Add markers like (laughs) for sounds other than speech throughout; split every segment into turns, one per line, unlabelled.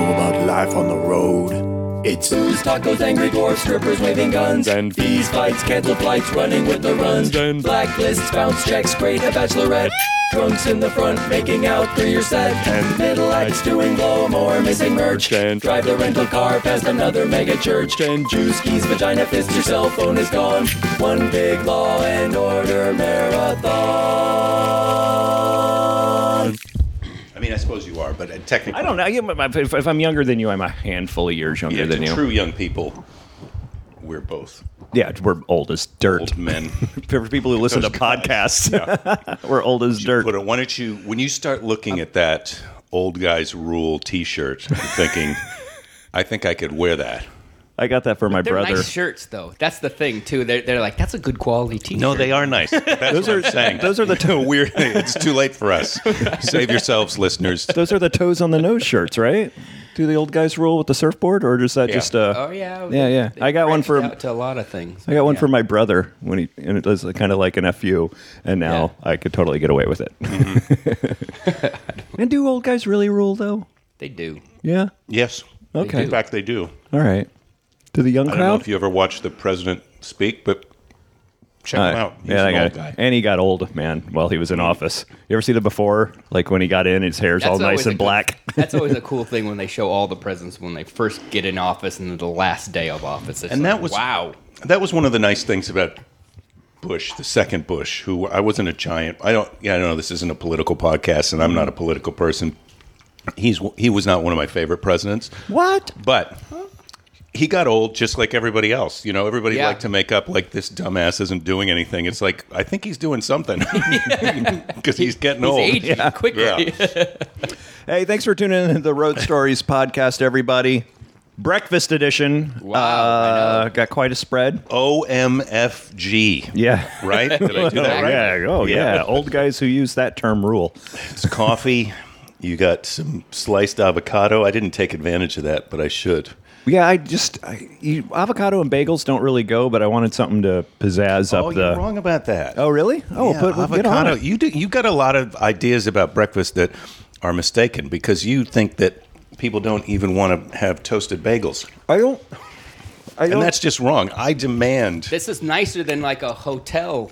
life on the road. It's
Booze, tacos, angry dwarfs, strippers waving guns,
And-
bees fights, cancel flights, running with the runs,
And-
blacklists, bounce checks, great a bachelorette, drunks in the front, making out through your set,
And-
middle acts doing blow more, missing merch,
And-
drive the rental car past another mega church,
And-
juice keys, vagina fist, your cell phone is gone, one big law and order marathon.
I mean, I suppose you are, but uh, technically,
I don't know. I get my- If, if I'm younger than you, I'm a handful of years younger
Yeah,
than you.
to true young people, we're both
Yeah, we're old as dirt.
old (laughs) men.
For people who listen to podcasts, (laughs) we're old as dirt.
But uh, why don't you, when you start looking at that old guys rule T-shirt, and thinking, I think I could wear that.
I got that for my
They're
brother.
nice shirts, though. That's the thing, too. They're, they're like, that's a good quality t-shirt.
No, they are nice. (laughs) That's those what are, I'm saying.
Those (laughs) are the
(laughs)
toe.
weird. It's too late for (laughs) us. Save yourselves, listeners.
Those are the toes on the nose shirts, right? Do the old guys roll with the surfboard, or is that
Yeah.
just uh?
Oh, yeah.
Yeah, yeah.
They
I got one
branched
for
out to a lot of things.
I got one
Yeah.
for my brother when he and it was kind of like an fu, and now I could totally get away with it.
Mm-hmm.
(laughs)
(laughs)
and do old guys really rule though?
They do.
Yeah.
Yes.
Okay.
In fact, they do.
All right. To the young
I don't know
crowd.
if you ever watched the president speak, but check
All
him
right.
out. He's
yeah, I
an
got
old
it.
guy.
Uh,
Mm.
and he got old, man, while he was in office. You ever see the before? Like when he got in, his hair's all
always
nice
a
and
(laughs)
cool-
black.
(laughs) that's always a cool thing when they show all the presidents when they first get in office and the last day of office. It's
And
like,
that was-
wow.
That was one of the nice things about Bush, the second Bush, who I wasn't a giant. I don't. Yeah, I know this isn't a political podcast, and I'm not a political person. He's he was not one of my favorite presidents,
what?
but he got old just like everybody else. You know, everybody
Yeah.
liked to make up like this dumbass isn't doing anything. It's like I think he's doing something (laughs) because he's getting
He's
old.
aging quickly.
Oh,
(laughs) Um,
Yeah.
Hey, thanks for tuning in to the Road Stories (laughs) podcast, everybody. Breakfast edition.
Wow, I
Uh, got quite a spread.
OMFG.
Yeah.
Right? Did I do that right?
Yeah. Oh, yeah.
Yeah.
Old guys who use that term rule.
It's coffee. You got some sliced avocado. I didn't take advantage of that, but I should.
Yeah, I just I, you, avocado and bagels don't really go, but I wanted something to pizzazz
oh,
up the.
you're wrong about that.
Oh, really? Oh,
Yeah,
but
avocado.
Get on it.
You do. You got a lot of ideas about breakfast that are mistaken because you think that people don't even want to have toasted bagels,
I don't. I
and
don't.
that's just wrong. I demand.
This is nicer than like a hotel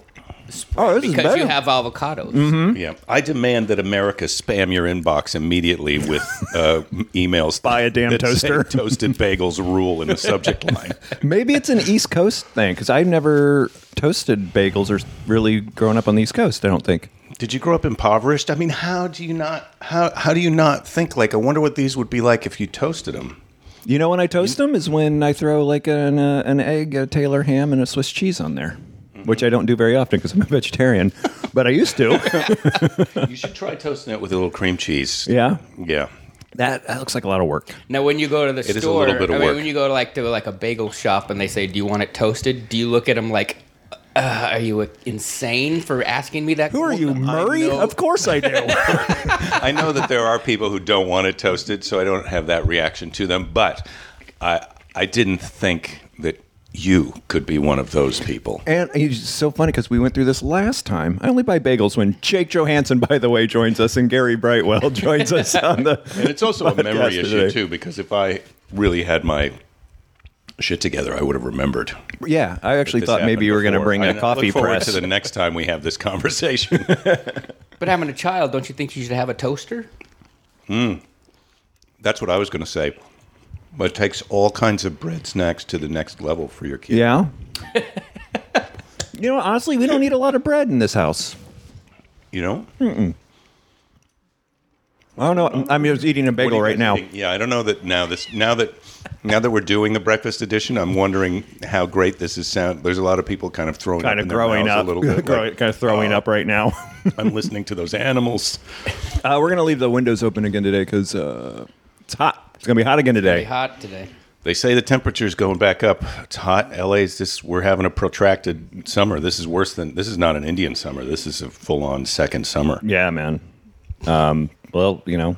oh, this is
because
better. Mm-hmm.
you have avocados.
Yeah, I demand that America spam your inbox immediately with uh, (laughs) emails.
Buy a damn
that say
toaster.
toasted bagels rule in the subject (laughs) line.
Maybe it's an East Coast thing because I've never toasted bagels or s- really grown up on the East Coast. I don't think.
Did you grow up impoverished? I mean, how do you not how how do you not think like I wonder what these would be like if you toasted them?
You know when I toast them is when I throw like an uh, an egg, a Taylor ham, and a Swiss cheese on there, which I don't do very often because I'm a vegetarian, but I used (laughs) to.
You should try toasting it with a little cream cheese.
yeah,
Yeah.
that, that looks like a lot of work.
Now, when you go to the
is a
store,
little bit of
I mean,
work.
when you go to like to like a bagel shop and they say, "Do you want it toasted?" Do you look at them like, uh, "Are you insane for asking me that?"
Who are you, Murray? Of course I do.
I know that there are people who don't want it toasted, so I don't have that reaction to them, but I I didn't think that you could be one of those people.
(laughs) And it's so funny because we went through this last time. I only buy bagels when Jake Johansson, by the way, joins us and Gary Brightwell (laughs) joins us on the. (laughs)
And it's also a memory
Podcast
issue
today.
too because if I really had my shit together, I would have remembered.
Yeah, I actually
this
thought maybe
happened
you were going to
before.
bring
I
a
look
coffee
forward
press.
to the next time we have this (laughs) conversation.
But having a child, don't you think you should have a toaster?
That's what I was going to say. But it takes all kinds of bread snacks to the next level for your kid.
yeah. you know, honestly, we don't eat a lot of bread in this house.
You know?
I don't know. I'm just eating a
What are
bagel
you
right
guys
now.
eating? Yeah, I don't know that now this now that now that we're doing the breakfast edition, I'm wondering how great this is sound. There's a lot of people kind of throwing
Kind
up
of
in their
growing
mouths
up.
a
(laughs)
little bit.
Growing-
like, uh,
kind of throwing up right
(laughs)
now.
I'm listening to those animals.
uh, we're going to leave the windows open again today because uh, it's hot. It's going to be hot again
Very
today.
hot today.
They say the temperature's going back up. It's hot. LA's this we're having a protracted summer. This is worse than this is not an Indian summer. This is a full-on second summer.
Yeah, man. Um, well, you know,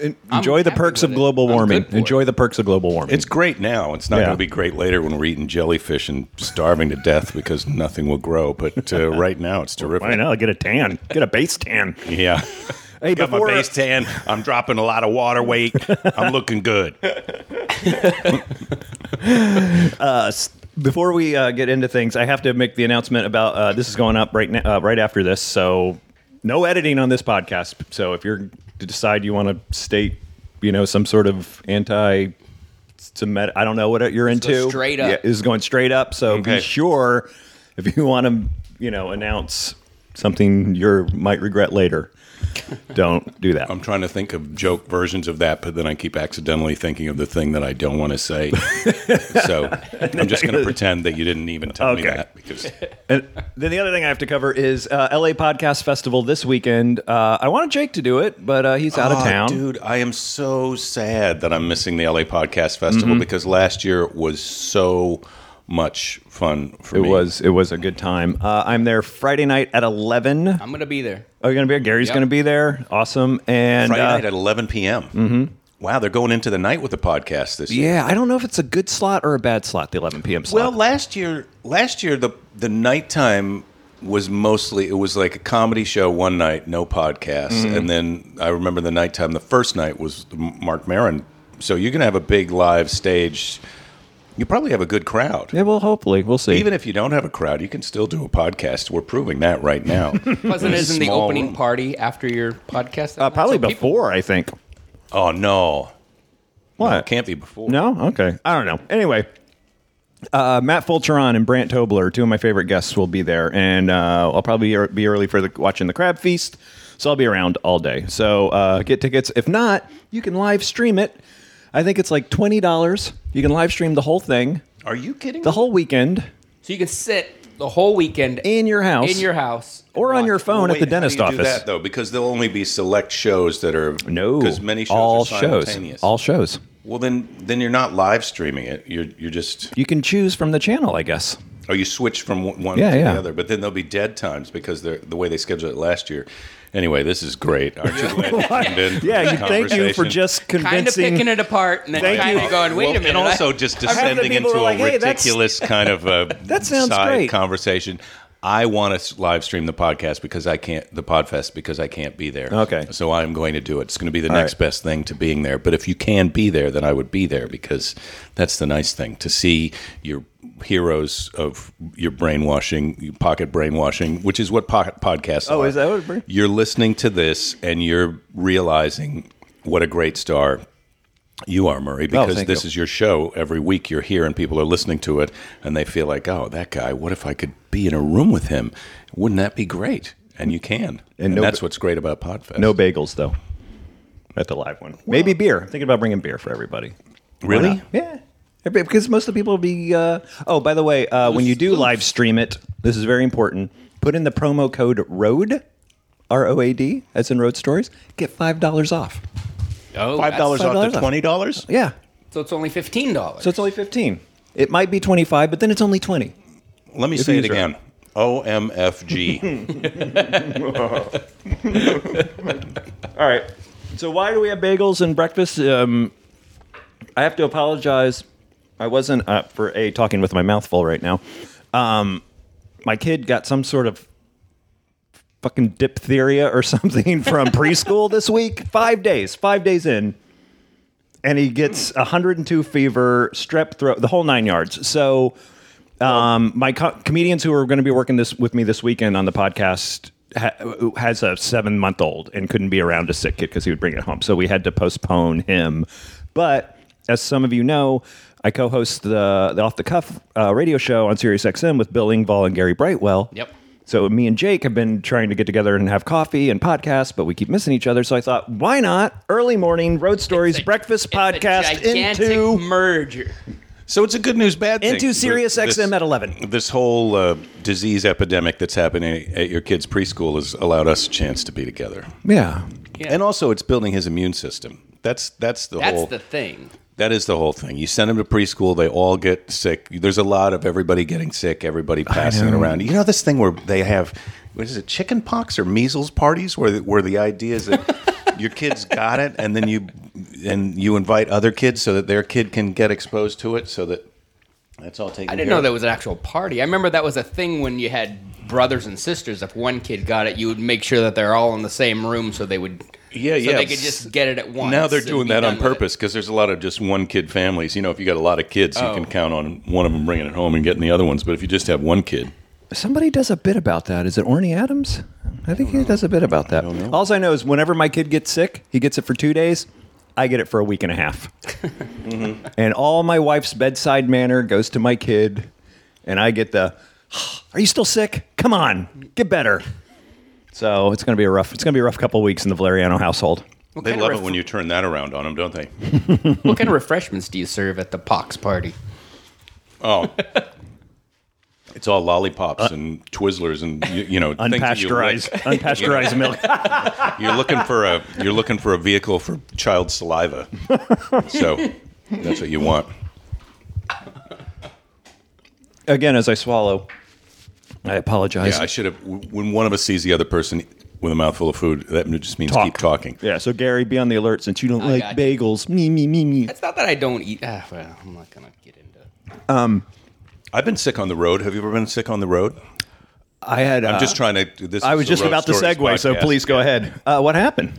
en-
I'm
enjoy the
happy
perks
with
of
it.
global
I'm
warming.
good for
Enjoy the perks of global warming.
It's great now. It's not
Yeah.
going to be great later when we're eating jellyfish and starving to death
(laughs)
because nothing will grow. But uh, right now, it's terrific. (laughs)
I know. Get a tan. Get a base tan.
Yeah.
(laughs) Hey,
Got
before-
my base tan. I'm dropping a lot of water weight. I'm looking good.
Before we uh, get into things, I have to make the announcement about uh, this is going up right now, uh, right after this. So no editing on this podcast. So if you're to decide you want to state, you know, some sort of anti. Semitic I don't know what you're into.
go straight up.
Yeah, this is going straight up. So be
Okay.
sure if you want to, you know, announce something you might regret later. Don't do that.
I'm trying to think of joke versions of that, but then I keep accidentally thinking of the thing that I don't want
(laughs)
to say. so I'm just going to pretend that you didn't even tell me
Okay.
that because
And then the other thing I have to cover is uh, LA Podcast Festival this weekend. Uh, I wanted Jake to do it, but uh, he's out of
Ah,
town.
dude. I am so sad that I'm missing the LA Podcast Festival
Mm-hmm.
because last year was so much fun for
It
me.
was it was a good time. Uh, I'm there Friday night at eleven.
I'm gonna
(laughs)
be there.
Are you gonna be? there? Gary's
Yep.
gonna be there. Awesome. And
Friday
uh,
night at 11 p.m. Mm-hmm. Wow, they're going into the night with the podcast this year.
yeah, I don't know if it's a good slot or a bad slot. The 11 p.m. slot.
Well, last year, last year the the nighttime was mostly it was like a comedy show one night, no podcast,
Mm-hmm.
and then I remember the nighttime. The first night was the M- Mark Maron. So you're gonna have a big live stage. You probably have a good crowd.
yeah, well, hopefully we'll see.
Even if you don't have a crowd, you can still do a podcast. We're proving that right
(laughs)
now.
Plus, it is in the
Small
opening
room.
party after your podcast.
uh, probably
So people-
before, I think.
oh no,
What?
it can't be before.
No? Okay. I don't know. Anyway, uh, Matt Fulcheron and Brant Tobler, two of my favorite guests, will be there. And uh, I'll probably er- be early for the, watching the Crab Feast. So I'll be around all day. So uh, get tickets. If not, you can live stream it. I think it's like $20. You can live stream the whole thing,
Are you kidding?
the whole weekend,
so you can sit the whole weekend
in your house.
in your house
Or
and
on
watch
your
it.
phone at
Wait,
the
how
dentist
do you do
office.
that, though, because there'll only be select shows that are
no.
because many shows
all
are simultaneous.
shows. All shows.
Well, then, then you're not live streaming it. You're you're just
You can choose from the channel, I guess.
or you switch from one- one
Yeah,
to
yeah.
the other. But then there'll be dead times because they're the way they scheduled it last year. Anyway, this is great.
(laughs)
Aren't you glad you tuned in? for
Yeah,
this
you, thank you for
conversation?
just
Kind of
convincing.
picking it apart and then
Thank
kind
you.
of going, wait
Well,
a minute.
and
I-
also
(laughs)
just descending
people
into
were
a
like, "Hey, that's- (laughs)
ridiculous kind of a
That sounds
side
great."
conversation. I want to live stream the podcast because I can't the Podfest because I can't be there.
Okay.
so I'm going to do it. It's going to be the
All
next
right.
best thing to being there. But if you can be there, then I would be there because that's the nice thing to see your heroes of your brainwashing, your pocket brainwashing, which is what pocket podcasts.
Oh,
are.
is that what it brings?
You're listening to this and you're realizing what a great star you are, Murray, because
Oh, thank
this
you.
is your show. Every week you're here and people are listening to it and they feel like, oh, that guy, what if I could be in a room with him? Wouldn't that be great? And you can. And,
no-
that's what's great about Podfest.
No bagels though. At the live one, maybe beer. I'm thinking about bringing beer for everybody. Why
Really?
not? Yeah, Every- because most of the people will be. Uh, oh, by the way, uh, when you do live stream it, this is very important. Put in the promo code ROAD, R O A D, as in Road Stories. Get five dollars off.
Oh,
$5
that's-
off
$5
to
off.
$20?
Yeah,
So it's only fifteen dollars.
so it's only fifteen. It might be twenty-five, but then it's only twenty.
Let me say
you use
it
your-
again.
(laughs)
OMFG.
All right. So why do we have bagels and breakfast? Um, I have to apologize. I wasn't uh, for a talking with my mouth full right now. Um, my kid got some sort of fucking diphtheria or (laughs) something from preschool this week. Five days. Five days in. And he gets 102 fever, strep throat, the whole nine yards. So, um, my co- comedians who are going to be working this with me this weekend on the podcast ha- has a seven month old and couldn't be around a sick kid because he would bring it home. So we had to postpone him. But as some of you know, I co-host the, the Off the Cuff uh, radio show on SiriusXM with Bill Ingvall and Gary Brightwell.
Yep.
So me and Jake have been trying to get together and have coffee and podcasts, but we keep missing each other. So I thought, why not early morning road stories
It's a-
breakfast
it's a
podcast
gigantic
into
merger.
so it's a good news, bad thing.
into
But
Sirius
this-
XM at eleven.
This whole uh, disease epidemic that's happening at your kid's preschool has allowed us a chance to be together.
Yeah.
Yeah.
And also, it's building his immune system. That's that's the
That's
whole
the thing.
that is the whole thing. You send them to preschool, they all get sick. There's a lot of everybody getting sick, everybody passing it around. You know this thing where they have what is it, chicken pox or measles parties, where the, where the idea is that your kids got it, and then you and you invite other kids so that their kid can get exposed to it, so that that's all taken.
I didn't know there was an actual party. I remember that was a thing when you had brothers and sisters, if one kid got it, you would make sure that they're all in the same room so they would.
Yeah,
so
yeah.
They could just get it at once.
Now they're
and
doing
be
that on
done with it.
purpose because there's a lot of just one kid families. You know, if you got a lot of kids, you
Oh.
can count on one of them bringing it home and getting the other ones. But if you just have one kid,
Somebody does a bit about that. Is it Orny Adams? I think he does a bit about that. All I know is whenever my kid gets sick, he gets it for two days. I get it for a week and a half. And all my wife's bedside manner goes to my kid. And I get the, are you still sick? Come on, get better. So it's going to be a rough, it's going to be a rough couple weeks in the Valeriano household.
they
kind of
love
ref-
it when you turn that around on them, don't they? (laughs)
What kind of refreshments do you serve at the pox party?
Oh. (laughs) It's all lollipops and Twizzlers and you, you know things that you lick.
Uh, Unpasteurized, (laughs) unpasteurized milk.
(laughs) You're looking for a you're looking for a vehicle for
(laughs)
child saliva. So that's what you want.
Again, as I swallow, I apologize.
Yeah, I should have. When one of us sees the other person with a mouthful of food, that just means
Talk.
keep talking.
Yeah, so Gary, be on the alert since you don't like
gotcha.
bagels. Me, me, me, me.
It's not that I don't eat. Ah, well, I'm not gonna get into.
I've been sick on the road. Have you ever been sick on the road?
I had.
I'm
uh,
just trying to. This
I
is
was
the
just
Road
about to
Stories
segue, so
podcast.
please go ahead. Uh, what happened?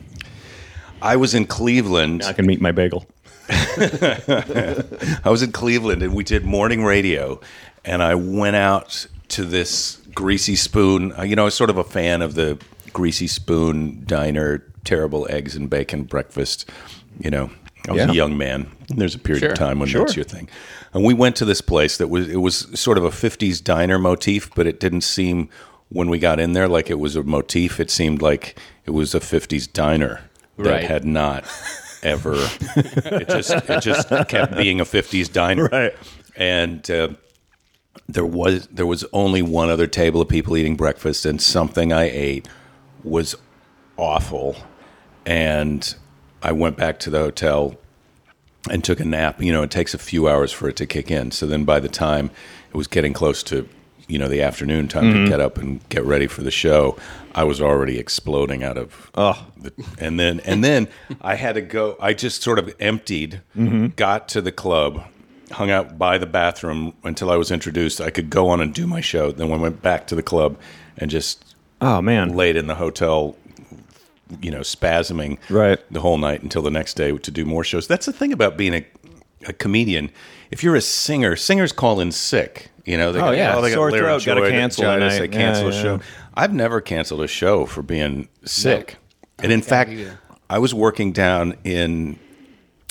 I was in Cleveland.
I can meet my bagel.
I was in Cleveland and we did morning radio, and I went out to this greasy spoon. Uh, You know, I was sort of a fan of the greasy spoon diner, terrible eggs and bacon breakfast. You know, I was
Yeah.
a young man. There's a period
Sure.
of time when
Sure.
that's your thing. And we went to this place that was it was sort of a '50s diner motif, but it didn't seem when we got in there like it was a motif. It seemed like it was a '50s diner that
Right.
had not ever. it just it just kept being a '50s diner,
Right.
And uh, there was there was only one other table of people eating breakfast, and something I ate was awful. And I went back to the hotel and took a nap. You know, it takes a few hours for it to kick in. So then by the time it was getting close to, you know, the afternoon time to get up and get ready for the show, I was already exploding out of the, and then and then I had to go I just sort of emptied, got to the club, hung out by the bathroom until I was introduced. I could go on and do my show. Then I went back to the club and just
Oh man,
laid in the hotel, you know, spasming
Right.
the whole night until the next day to do more shows. That's the thing about being a, a comedian. If you're a singer, singers call in sick. You know, they
Oh, yeah.
they
Sore throat, gotta
laryngitis,
cancel a night.
They cancel
Yeah,
a
yeah.
show. I've never canceled a show for being sick. And in fact,
either.
I was working down in,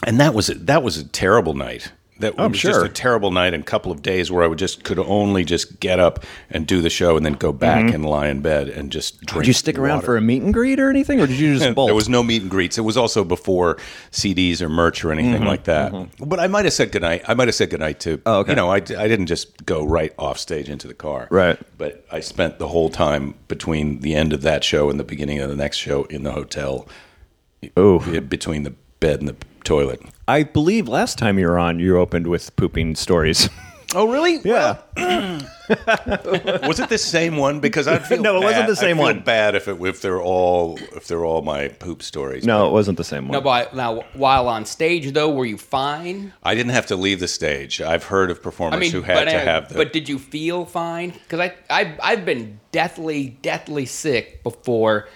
and that was a, that was a terrible night. That
Oh, I'm
was just
sure.
a terrible night and couple of days where I would just could only just get up and do the show and then go back
Mm-hmm.
and lie in bed and just drink.
did you stick around
water.
for a meet and greet or anything, or did you just bolt?
(laughs) There was no meet and greets. It was also before CDs or merch or anything
Mm-hmm.
like that. But I might have said goodnight. I might have said goodnight to,
Oh, okay.
you know, I, I didn't just go right off stage into the car.
Right.
But I spent the whole time between the end of that show and the beginning of the next show in the hotel
Oh,
eh, between the bed and the toilet.
I believe last time you were on, you opened with pooping stories. (laughs)
Oh, really?
Yeah,
was it the same one? Because I feel
(laughs) No, it wasn't
bad-
the same
I feel
one.
Bad if it, if they're all if they're all my poop stories.
no, it wasn't the same one.
No, but now while on stage though, were you fine?
I didn't have to leave the stage. I've heard of performers
I mean,
who had
but,
to
uh,
have the.
but did you feel fine? Because I, I, I've been deathly, deathly sick before,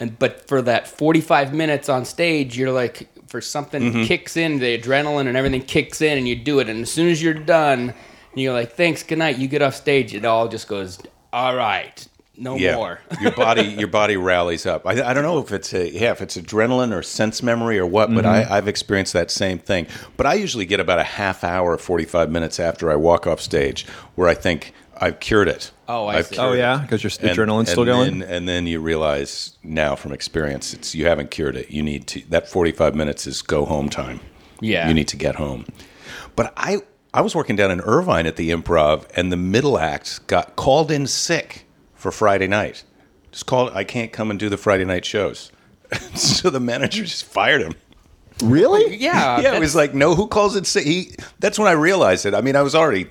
and but for that forty-five minutes on stage, you're like, for something
Mm-hmm.
kicks in, the adrenaline and everything kicks in, and you do it, and as soon as you're done, you're like, thanks, good night. You get off stage, it all just goes, all right, no more.
(laughs) your body your body rallies up. I, I don't know if it's a yeah if it's adrenaline or sense memory or what, but
Mm-hmm.
I, I've experienced that same thing. But I usually get about a half hour, forty five minutes after I walk off stage where I think I've cured it.
Oh, I
I've
see.
cured
Oh,
it.
yeah? 'Cause your adrenaline's still going?
Then, and then you realize now from experience, it's you haven't cured it. You need to that forty five minutes is go home time.
Yeah.
you need to get home. But I I was working down in Irvine at the Improv, and the middle act got called in sick for Friday night. Just called. I can't come and do the Friday night shows. (laughs) so the manager just fired him.
really?
(laughs)
Yeah,
yeah, it was like no. Who calls it sick? He. That's when I realized it. I mean, I was already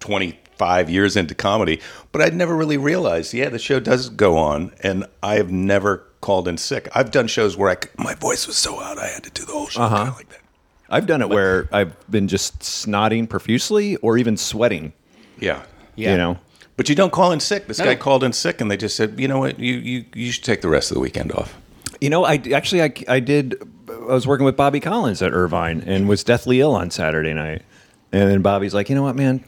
twenty five years into comedy, but I'd never really realized. Yeah, the show does go on, and I have never called in sick. I've done shows where I c my voice was so out I had to do the whole show
Uh-huh.
kind of like that.
I've done it where I've been just snotting profusely or even sweating.
Yeah,
Yeah.
You know,
But you don't call in sick. This
No.
guy called in sick, and they just said, you know what, you you you should take the rest of the weekend off.
You know, I actually I, I did. I was working with Bobby Collins at Irvine and was deathly ill on Saturday night. And then Bobby's like, you know what, man,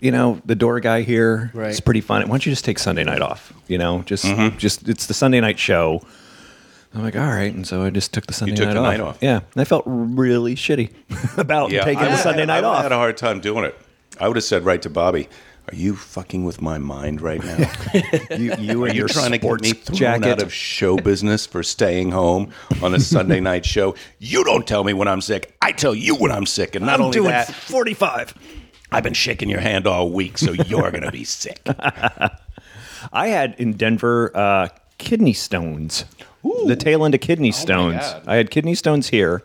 you know the door guy here.
Right.
It's pretty fun. Why don't you just take Sunday night off? You know, just
Mm-hmm.
just it's the Sunday night show. I'm like, all right, and so I just took the Sunday
took
night,
the
off.
night off.
Yeah, and I felt really shitty (laughs) about taking
I
the
would've
Sunday
had-
night
I would've
off.
had a hard time doing it. I would have said right to Bobby, "Are you fucking with my mind right now?
(laughs) you, you
Are
(laughs) and
you
your
trying to get
sports
me thrown
jacket.
out of show business for staying home on
(laughs)
a Sunday night show? You don't tell me when I'm sick. I tell you when I'm sick, and not
I'm
only
doing
that,
45.
I've been shaking your hand all week, so you're gonna be sick."
(laughs) I had in Denver uh, kidney stones, the tail end of kidney stones.
God.
I had kidney stones here.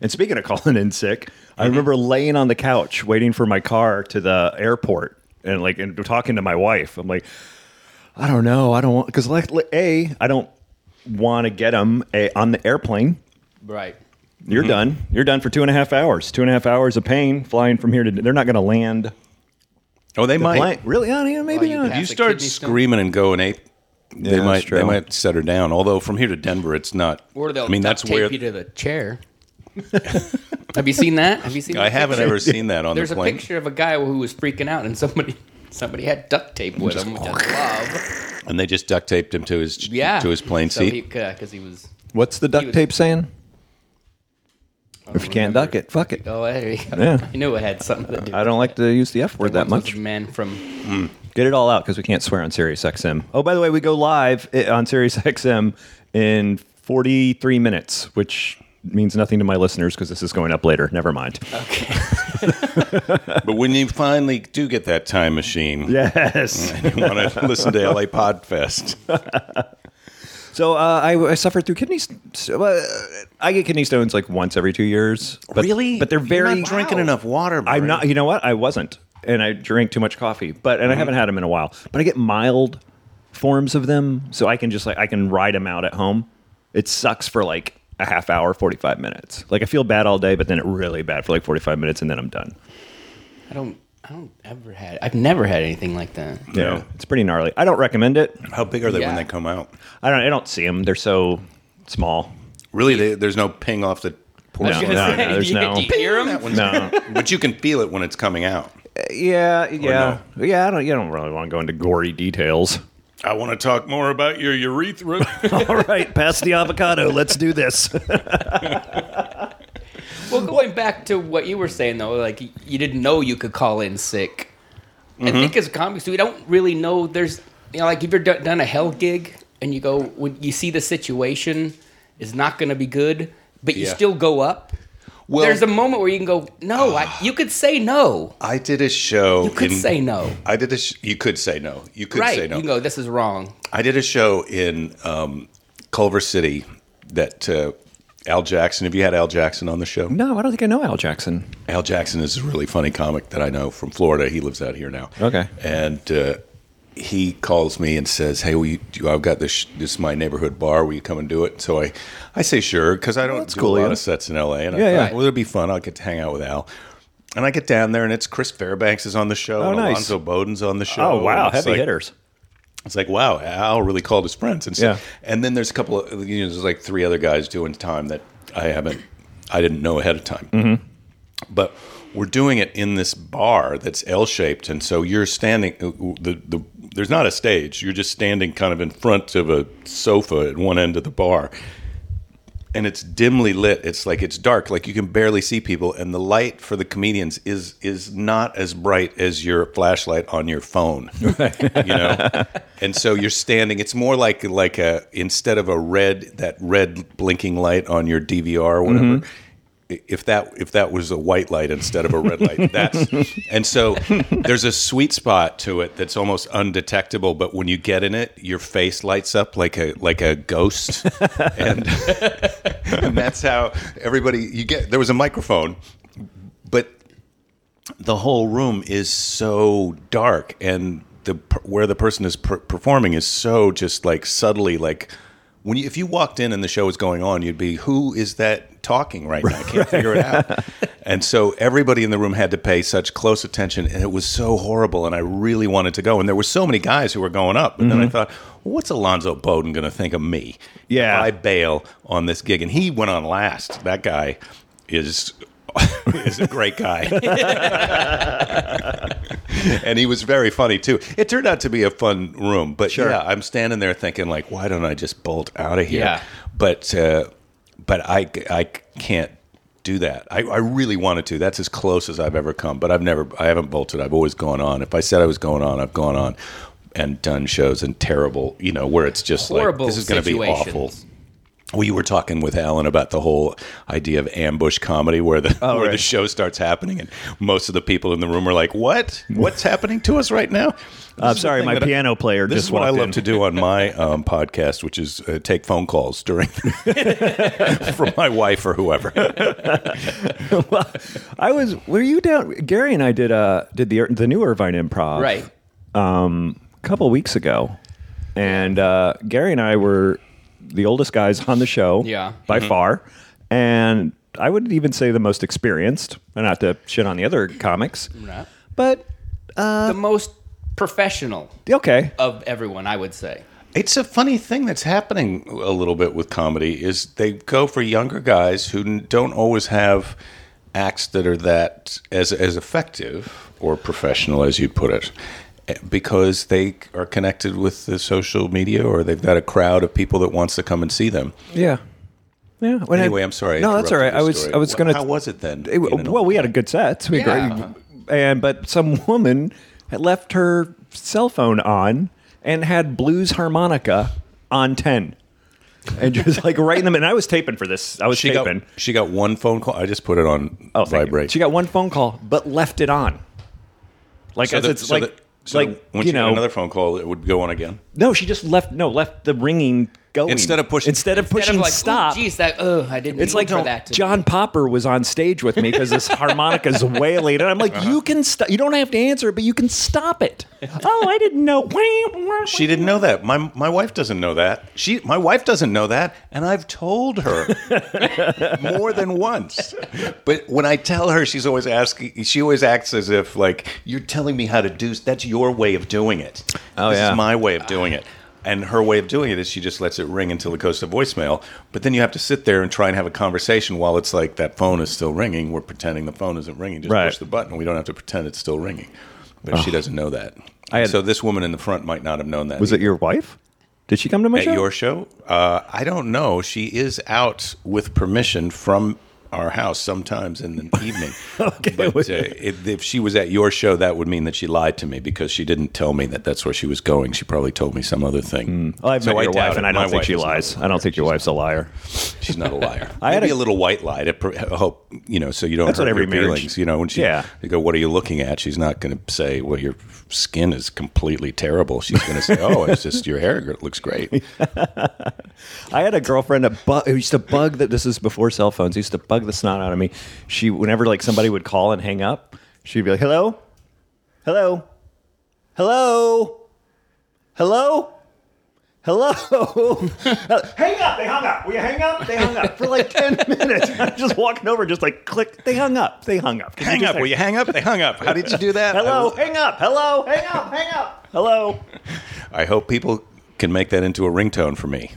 And speaking of (laughs) calling in sick, I remember laying on the couch waiting for my car to the airport and like and talking to my wife. I'm like, I don't know. I don't want because like like, a I don't want to get them a, on the airplane.
Right.
You're done. You're done for two and a half hours. Two and a half hours of pain flying from here to. They're not going to land.
Oh, they might.
Plane. Really? I don't know, maybe
you
not.
pass
you
the
start
kidney stone?
screaming and going ape. They
that's
might
true.
they might set her down. Although from here to Denver, it's not.
Or they'll
I mean, that's
duct tape
where
you to the chair. (laughs) Have you seen that? Have you
(laughs)
seen?
I
that
haven't
picture?
ever seen that on
There's
the
a
plane.
picture of a guy who was freaking out, and somebody (laughs) somebody had duct tape with him, which I
(laughs)
love.
And they just duct taped him to his
Yeah,
to his plane
so
seat.
because he, was.
What's the duct
was-
tape saying? If you can't duck it, fuck it.
Oh, there you go.
Yeah.
I knew it had something to do.
I don't like to use the F word that
Once was
much.
a Man from
Get it all out because we can't swear on Sirius XM. Oh, by the way, we go live i- on Sirius (laughs) XM in 43 minutes, which means nothing to my listeners because this is going up later. Never
(laughs)
mind.
But when you finally do get that time machine,
Yes.
(laughs) you want to listen to LA Podfest.
so uh, I, I suffered through kidney. St- uh, I get kidney stones like once every two years. But, But they're very.
You're not drinking enough water.
I'm
Murray.
not. You know what? I wasn't, and I drank too much coffee. But and I haven't had them in a while. But I get mild forms of them, so I can just like I can ride them out at home. It sucks for like a half hour, forty five minutes. Like I feel bad all day, but then it really bad for like forty five minutes, and then I'm done.
I don't I don't ever had I've never had anything like that.
No.
Yeah, it's pretty gnarly. I don't recommend it.
How big are they
Yeah.
when they come out?
I don't. I don't see them. They're so small.
Really, they, there's no ping off the.
No,
porcelain.
no, no, there's
do, (laughs) you, do
no.
you hear
That
him?
one's-
No.
but you can feel it when it's coming out.
Yeah, yeah, yeah. I don't. You don't really want to go into gory details. (laughs)
I want to talk more about your urethra.
All right, pass the avocado. Let's do this.
Well, going back to what you were saying though, like y- you didn't know you could call in sick. I
Mm-hmm.
think as comics, we don't really know. There's you know, like if you're do- done a hell gig and you go when you see the situation is not going to be good, but you
Yeah.
still go up.
Well- Ah.
there's a moment where you can go, no, I, you could say no.
(laughs) I did a show.
You could
in-
say no.
I did a. Sh- you could say no. You could
right.
say no.
You can go, this is wrong.
I did a show in um, Culver City that uh, Al Jackson. Have you had Al Jackson on the show?
no, I don't think I know Al Jackson.
Al Jackson is a really funny comic that I know from Florida. He lives out here now.
Okay.
And uh, he calls me and says, "Hey, will you, do I've got this. This is my neighborhood bar. Will you come and do it?" So I, I say sure because I don't
that's
do
cool
a
of
lot
you.
of sets in L.A. And
Yeah,
I
yeah.
thought, well, it'll be fun. I'll get to hang out with Al. And I get down there, and it's Chris Fairbanks is on the show, and
Oh, nice.
Alonzo Bowden's on the show.
Oh wow,
And it's
heavy
like-
hitters.
it's like wow, Al really called his friends, and so,
Yeah.
and then there's a couple of you know, there's like three other guys doing time that I haven't, I didn't know ahead of time, but we're doing it in this bar that's L-shaped, and so you're standing uh, the the there's not a stage, you're just standing kind of in front of a sofa at one end of the bar, and it's dimly lit. It's like it's dark, like you can barely see people, and the light for the comedians is is not as bright as your flashlight on your phone. You know, and so you're standing. It's more like like a instead of a red that red blinking light on your DVR or whatever. i- If that if that was a white light instead of a red light, that's and so there's a sweet spot to it that's almost undetectable. But when you get in it, your face lights up like a like a ghost, and (laughs) and that's how everybody you get there was a microphone but the whole room is so dark and the per- where the person is per- performing is so just like subtly like when you, if you walked in and the show was going on you'd be who is that talking right now? I can't figure it out. And so everybody in the room had to pay such close attention, and it was so horrible. And I really wanted to go. And there were so many guys who were going up. And then I thought, well, what's Alonzo Bowden going to think of me?
Yeah.
if I bail on this gig, and he went on last. That guy is. (laughs) is a great guy (laughs) and he was very funny too. It turned out to be a fun room, but yeah, I'm standing there thinking like, why don't I just bolt out of here?
Yeah.
But uh, but I I can't do that. I, I really wanted to. That's as close as I've ever come. But I've never I haven't bolted. I've always gone on. If I said I was going on, I've gone on and done shows and terrible, you know, where it's just
Horrible
like this is going to be
situations.
awful. We were talking with Alan about the whole idea of ambush comedy, where the where the
Oh, right.
show starts happening, and most of the people in the room are like, "What? What's happening to us right now?"
I'm
This is
sorry,
the
my
thing that I-
piano player
This
just
is what I
walked
love
in.
to do on my um, podcast, which is uh, take phone calls during (laughs) from my wife or whoever.
well, I was. Were you down? Gary and I did uh did the the new Irvine Improv
Right.
um a couple weeks ago, and uh, Gary and I were the oldest guys on the show.
Yeah.
by
Mm-hmm.
far, and I would even say the most experienced. And not to shit on the other comics,
Right.
but Uh,
the most professional
okay.
of everyone, I would say.
It's a funny thing that's happening a little bit with comedy is they go for younger guys who n- don't always have acts that are that as as effective or professional as you put it eh, because they are connected with the social media or they've got a crowd of people that wants to come and see them.
Yeah. Yeah. When I-
Anyway, I'm sorry. I
No, that's all right.
interrupted
I
your
was
story.
I was
Wh-
gonna.
How was it then?
It-
in an
well, we had a good set. We
Yeah.
great. And but some woman had left her cell phone on and had blues harmonica on ten, and just like right in the middle. And I was taping for this. I was
she got,
taping.
she got one phone call. I just put it on
oh, thank you.
vibrate.
She got one phone call, but left it on. Like as
the-
it's like
the- so
like
the- once
you
got
know
another phone call, it would go on again.
no she just left no left the ringing going
Instead of pushing-
instead of pushing
Instead of like,
stop
Jeez, that. Oh, I didn't.
It's
mean
like
for that. To
(laughs)
John Popper was on stage with me (laughs) because this harmonica's wailing, and I'm like, "You can stop. You don't have to answer, it, but you can stop it." (laughs) oh, I didn't know. (laughs)
She didn't know that. My my wife doesn't know that. She my wife doesn't know that, and I've told
(laughs)
her more than once. But when I tell her, she's always asking. She always acts as if like you're telling me how to do. That's your way of doing it.
Oh,
this
yeah.
is my way of doing it. And her way of doing it is she just lets it ring until it goes to voicemail. But then you have to sit there and try and have a conversation while it's like that phone is still ringing. We're pretending the phone isn't ringing. Just
Right.
push the button. We don't have to pretend it's still ringing. But she doesn't know that.
I had-
so this woman in the front might not have known that.
Was it your wife? Did she come to my
at
show?
your show? Uh, I don't know. She is out with permission from our house
(laughs)
sometimes in the evening.
Okay.
But uh, if, if she was at your show, that would mean that she lied to me because she didn't tell me that that's where she was going. She probably told me some other thing.
well, Oh, I've
So
met
I
your
doubt
wife,
it.
and I
My
don't think
wife
she
is not
lies. I don't think your wife's a liar.
She's not a liar.
(laughs) I had
Maybe a,
a-
little white lie to pr- hope you know, so you don't.
That's
hurt
what every
your
marriage-
feelings, you know. When she
Yeah.
they go, "What are you looking at?" She's not going to say, "Well, your skin is completely terrible." She's going to say, "Oh, it's just your hair looks great."
I had a girlfriend that bu- who used to bug that. This is before cell phones. Used to bug the snot out of me. She, whenever like somebody would call and hang up, she'd be like, "Hello, hello, hello, hello, hello." (laughs) Uh, hang up. They hung up. Will you hang up? They hung up for like ten (laughs) minutes. I'm just walking over, just like click. They hung up. They hung up. Can you
hang
just
up.
hang-
Will you hang up? They hung up. How did you do that? I
Hello.
will-
Hang up. Hello. Hang up. Hang up. Hello.
I hope people can make that into a ringtone
(laughs)
for me.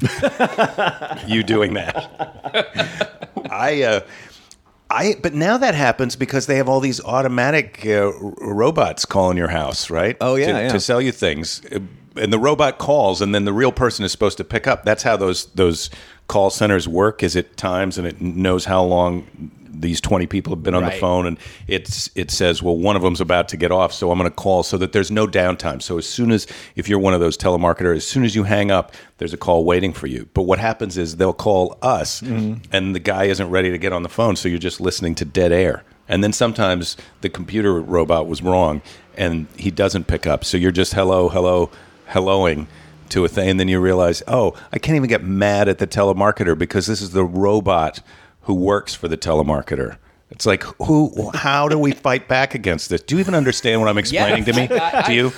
you doing that? I. Uh, I, but now that happens because they have all these automatic uh, r- robots calling your house, right?
Oh, yeah,
to,
yeah.
to sell you things, Uh, and the robot calls, and then the real person is supposed to pick up. That's how those those call centers work. Is it times, and it knows how long these twenty people have been on the
Right.
phone, and it's it says, well, one of them's about to get off, so I'm going to call, so that there's no downtime. So as soon as if you're one of those telemarketer, as soon as you hang up, there's a call waiting for you. But what happens is they'll call us, and the guy isn't ready to get on the phone, so you're just listening to dead air. And then sometimes the computer robot was wrong, and he doesn't pick up, so you're just hello, hello, helloing. To a thing, and then you realize, oh, I can't even get mad at the telemarketer because this is the robot who works for the telemarketer It's like who? How do we fight back against this? Do you even understand what
(laughs)
I'm explaining to me?
I- I-
do you?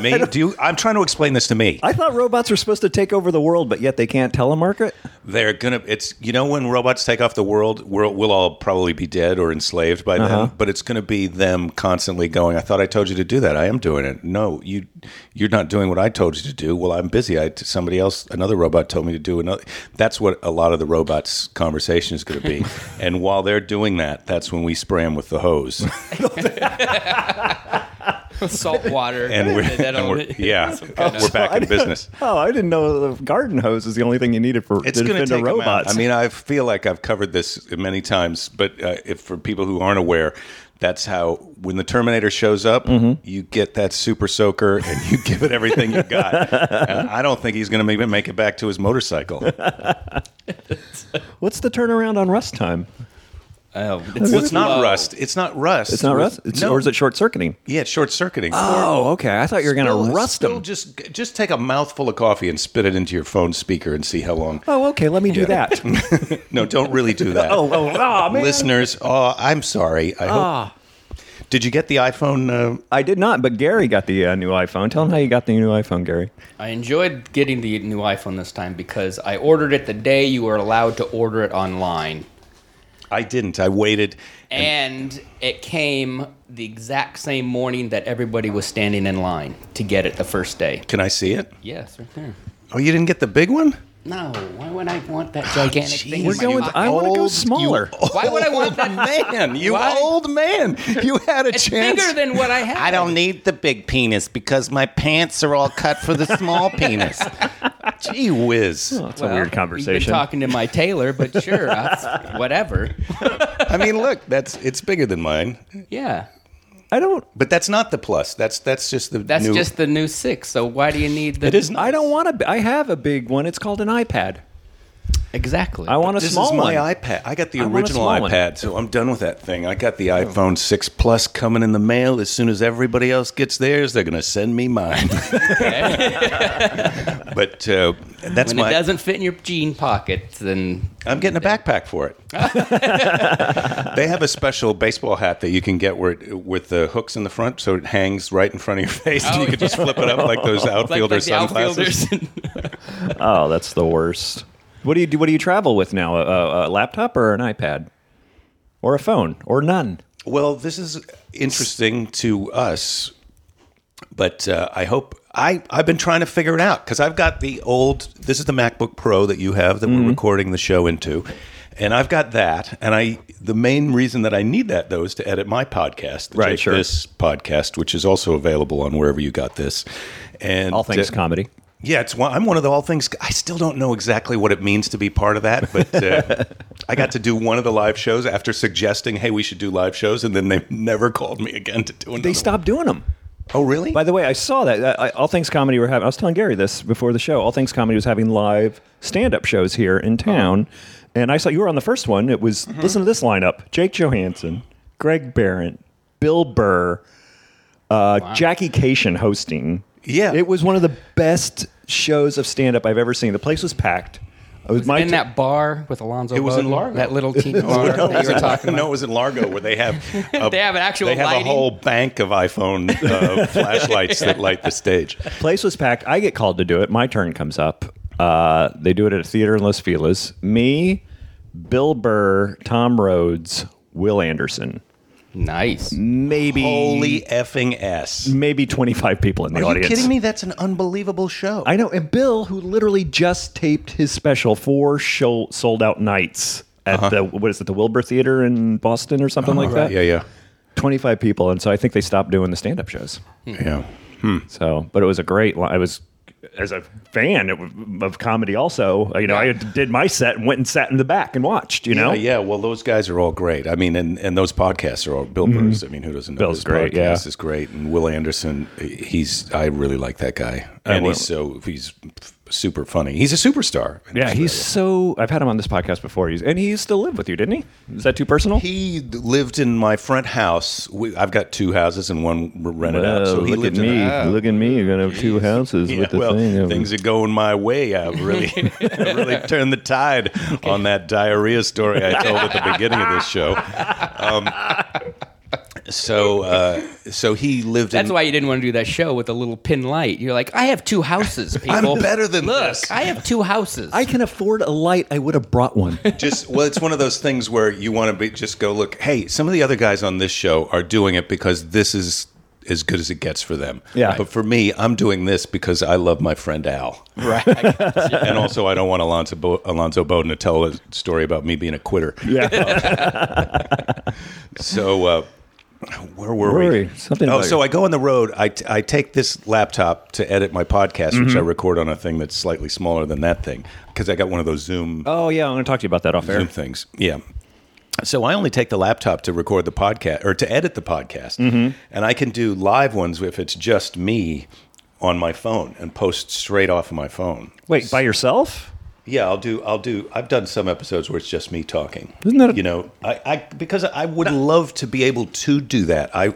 me? Do you? I'm trying to explain this to me.
I thought robots were supposed to take over the world, but yet they can't telemarket.
They're gonna. It's you know when robots take off the world, we're, we'll all probably be dead or enslaved by them. But it's gonna be them constantly going. I thought I told you to do that. I am doing it. No, you you're not doing what I told you to do. Well, I'm busy. I somebody else, another robot told me to do another. That's what a lot of the robots' conversation is gonna be. and while they're doing that, that's when we spray them with the hose.
Salt water.
And
(laughs)
we're,
That'll-
and we're- yeah,
kind of-
we're back
I
in
didn't-
business.
(laughs) Oh, I didn't know the garden hose is the only thing you needed for
It's
to
going to
defend a
take
robot.
robots. I mean, I feel like I've covered this many times, but uh, if for people who aren't aware, that's how when the Terminator shows up,
Mm-hmm.
you get that super soaker and you (laughs) give it everything
(laughs)
you got. And I don't think he's going to make, make it back to his motorcycle.
what's the turnaround on rust time?
Oh,
Well, it's not
low.
rust. It's not rust.
It's not rust, it's,
no,
or is it short circuiting?
yeah, it's short circuiting.
Oh, okay. I thought you were going to rust
Still,
them.
just just take a mouthful of coffee and spit it into your phone speaker and see how long.
Oh, okay. Let me do that.
(laughs)
oh,
No, don't
(laughs)
really do that.
oh, oh, man.
listeners, oh, I'm sorry. I hope.
Ah.
Did you get the iPhone? Uh,
I did not, but Gary got the uh, new iPhone. Tell him how you got the new iPhone, Gary.
I enjoyed getting the new iPhone this time because I ordered it the day you were allowed to order it online.
I didn't. I waited.
And it came the exact same morning that everybody was standing in line to get it the first day.
Can I see it?
Yes, right there.
Oh, you didn't get the big one?
No, why would I want that gigantic thing? in
We're
my
going-
pocket?
I want to
old-
go
you-
smaller.
Why would I want that?
Man, you
Why?
old man. You had a
It's
chance.
bigger than what I had.
I don't need the big penis because my pants are all cut for the small penis.
Gee whiz.
That's a weird
You've
conversation.
been talking to my tailor, but sure, I- whatever.
I mean, look, that's it's bigger than mine.
Yeah,
I don't.
But that's not the plus. That's that's just the
that's
new-
just the new six. So why do you need the?
It is not.
I don't want to. I have a big one. It's called an iPad.
exactly.
I want a
This
small
is my
one.
iPad. I got the
I want a
original
small one.
iPad, so I'm done with that thing. I got the iPhone 6 Plus coming in the mail. As soon as everybody else gets theirs, they're going to send me mine. (laughs) but uh, that's
when
my.
it doesn't fit in your jean pocket, then
I'm getting a backpack for it. (laughs) they have a special baseball hat that you can get where it, with the hooks in the front, so it hangs right in front of your face, and you can just flip it up like those
Oh, like,
outfielder
like the
sunglasses.
(laughs) outfielders.
Oh, that's the worst. What do you do? What do you travel with now? A- A, a laptop or an iPad, or a phone, or none?
Well, this is interesting to us, but uh, I hope I I've been trying to figure it out because I've got the old. This is the MacBook Pro that you have that
Mm-hmm.
we're recording the show into, and I've got that. And I the main reason that I need that though is to edit my podcast, the
Right,
Jake
sure.
This podcast, which is also available on wherever you got this. And
All things
uh,
comedy.
yeah, it's one, I'm one of the all things. I still don't know exactly what it means to be part of that, but
(laughs)
uh, I got to do one of the live shows after suggesting, "Hey, we should do live shows," and then they never called me again to do another.
They stopped doing them.
One. Oh, really?
By the way, I saw that uh, I, All Things Comedy were having. I was telling Gary this before the show. All Things Comedy was having live stand-up shows here in town, and I saw you were on the first one. It was listen to this lineup: Jake Johansson, Greg Barrett, Bill Burr, uh, Jackie Cation hosting.
Yeah.
it was one of the best shows of stand-up I've ever seen. The place was packed. It was, my
in
t-
that bar with Alonzo.
It was in
Bowden,
Largo. (laughs)
That little teeny bar that you were talking
no,
about.
it was in Largo where they
(laughs)
have a,
They have an actual
they have
lighting.
a whole bank of
(laughs)
iPhone uh, flashlights that light the stage.
place was packed. I get called to do it. My turn comes up. Uh, they do it at a theater in Los Feliz. Me, Bill Burr, Tom Rhodes, Will Anderson.
Nice.
Mm-hmm.
Maybe
Holy effing s!
maybe 25 people in the
Are you
audience.
kidding me? That's an unbelievable show.
I know. And Bill, who literally just taped his special four show, sold out nights at the what is it, the Wilbur Theater in Boston or something like that.
Uh-huh. yeah, yeah,
25 people, and so I think they stopped doing the stand up shows.
yeah.
So, but it was a great. li- I was as a fan of- of comedy. Also, you know, I did my set and went and sat in the back and watched. You know,
Yeah, yeah. Well, those guys are all great. I mean, and, and those podcasts are all Bill Burr's. I mean, who doesn't know
Mm-hmm. Bill's
his
great,
podcast
yeah.
is great, and Will Anderson. He's I really like that guy. and
well-
he's so he's super funny. He's a superstar. in
Yeah, he's
Australia.
so. I've had him on this podcast before. He's and he used to live with you, didn't he? Is that too personal?
He lived in my front house. We, I've got two houses and one r- rented out. So he
look at
lived in
me!
that.
Look at me! You're gonna have two houses
Yeah,
with the
well,
thing.
things are going my way. I really, (laughs) I really turned the tide on that diarrhea story I told at the beginning of this show. Um, so, uh, so he lived
That's
in.
why you didn't want to do that show with a little pin light. You're like, I have two
(laughs)
houses, people.
better than
Look,
this."
I have two houses.
I can afford a light. I would have brought one.
just well, it's one of those things where you want to be just go look. Hey, some of the other guys on this show are doing it because this is as good as it gets for them.
Yeah.
But for me, I'm doing this because I love my friend Al. Right. (laughs) and also, I don't want Alonzo Bo- Alonzo Bowden to tell a story about me being a quitter.
yeah.
(laughs) So. Uh, where were
(laughs) Rory,
we?
something
Oh,
about
so
your-
I go on the road. I, t- I take this laptop to edit my podcast, which
Mm-hmm.
I record on a thing that's slightly smaller than that thing because I got one of those Zoom
Oh yeah, I'm gonna talk to you about that off air.
Zoom things. Yeah. So I only take the laptop to record the podcast or to edit the podcast, and I can do live ones if it's just me on my phone and post straight off of my phone.
Wait, by yourself?
Yeah, I'll do. I'll do. I've done some episodes where it's just me talking.
Isn't that a-
you know? I, I because I would love to be able to do that. I.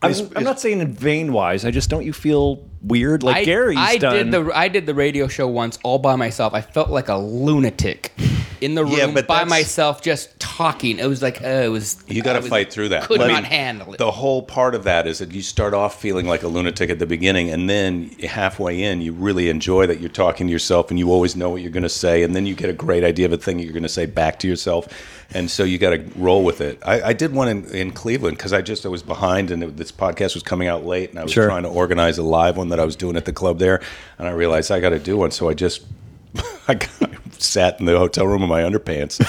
I'm,
Is-
I'm not saying in vain wise. I just don't you feel weird like
I,
Gary's
I
done.
did the I did the radio show once all by myself. I felt like a lunatic in the room
(laughs) Yeah, but
by
that's-
myself, just talking. It was like uh, it was.
You got
I
to
was-
fight through that.
Could
Like,
not handle it.
The whole part of that is that you start off feeling like a lunatic at the beginning, and then halfway in, you really enjoy that you're talking to yourself, and you always know what you're going to say, and then you get a great idea of a thing that you're going to say back to yourself, and so you got to roll with it. I, I did one in, in Cleveland because I just I was behind, and it, this podcast was coming out late, and I was
Sure.
trying to organize a live one that I was doing at the club there, and I realized I got to do one, so I just. (laughs) I got- sat in the hotel room in my underpants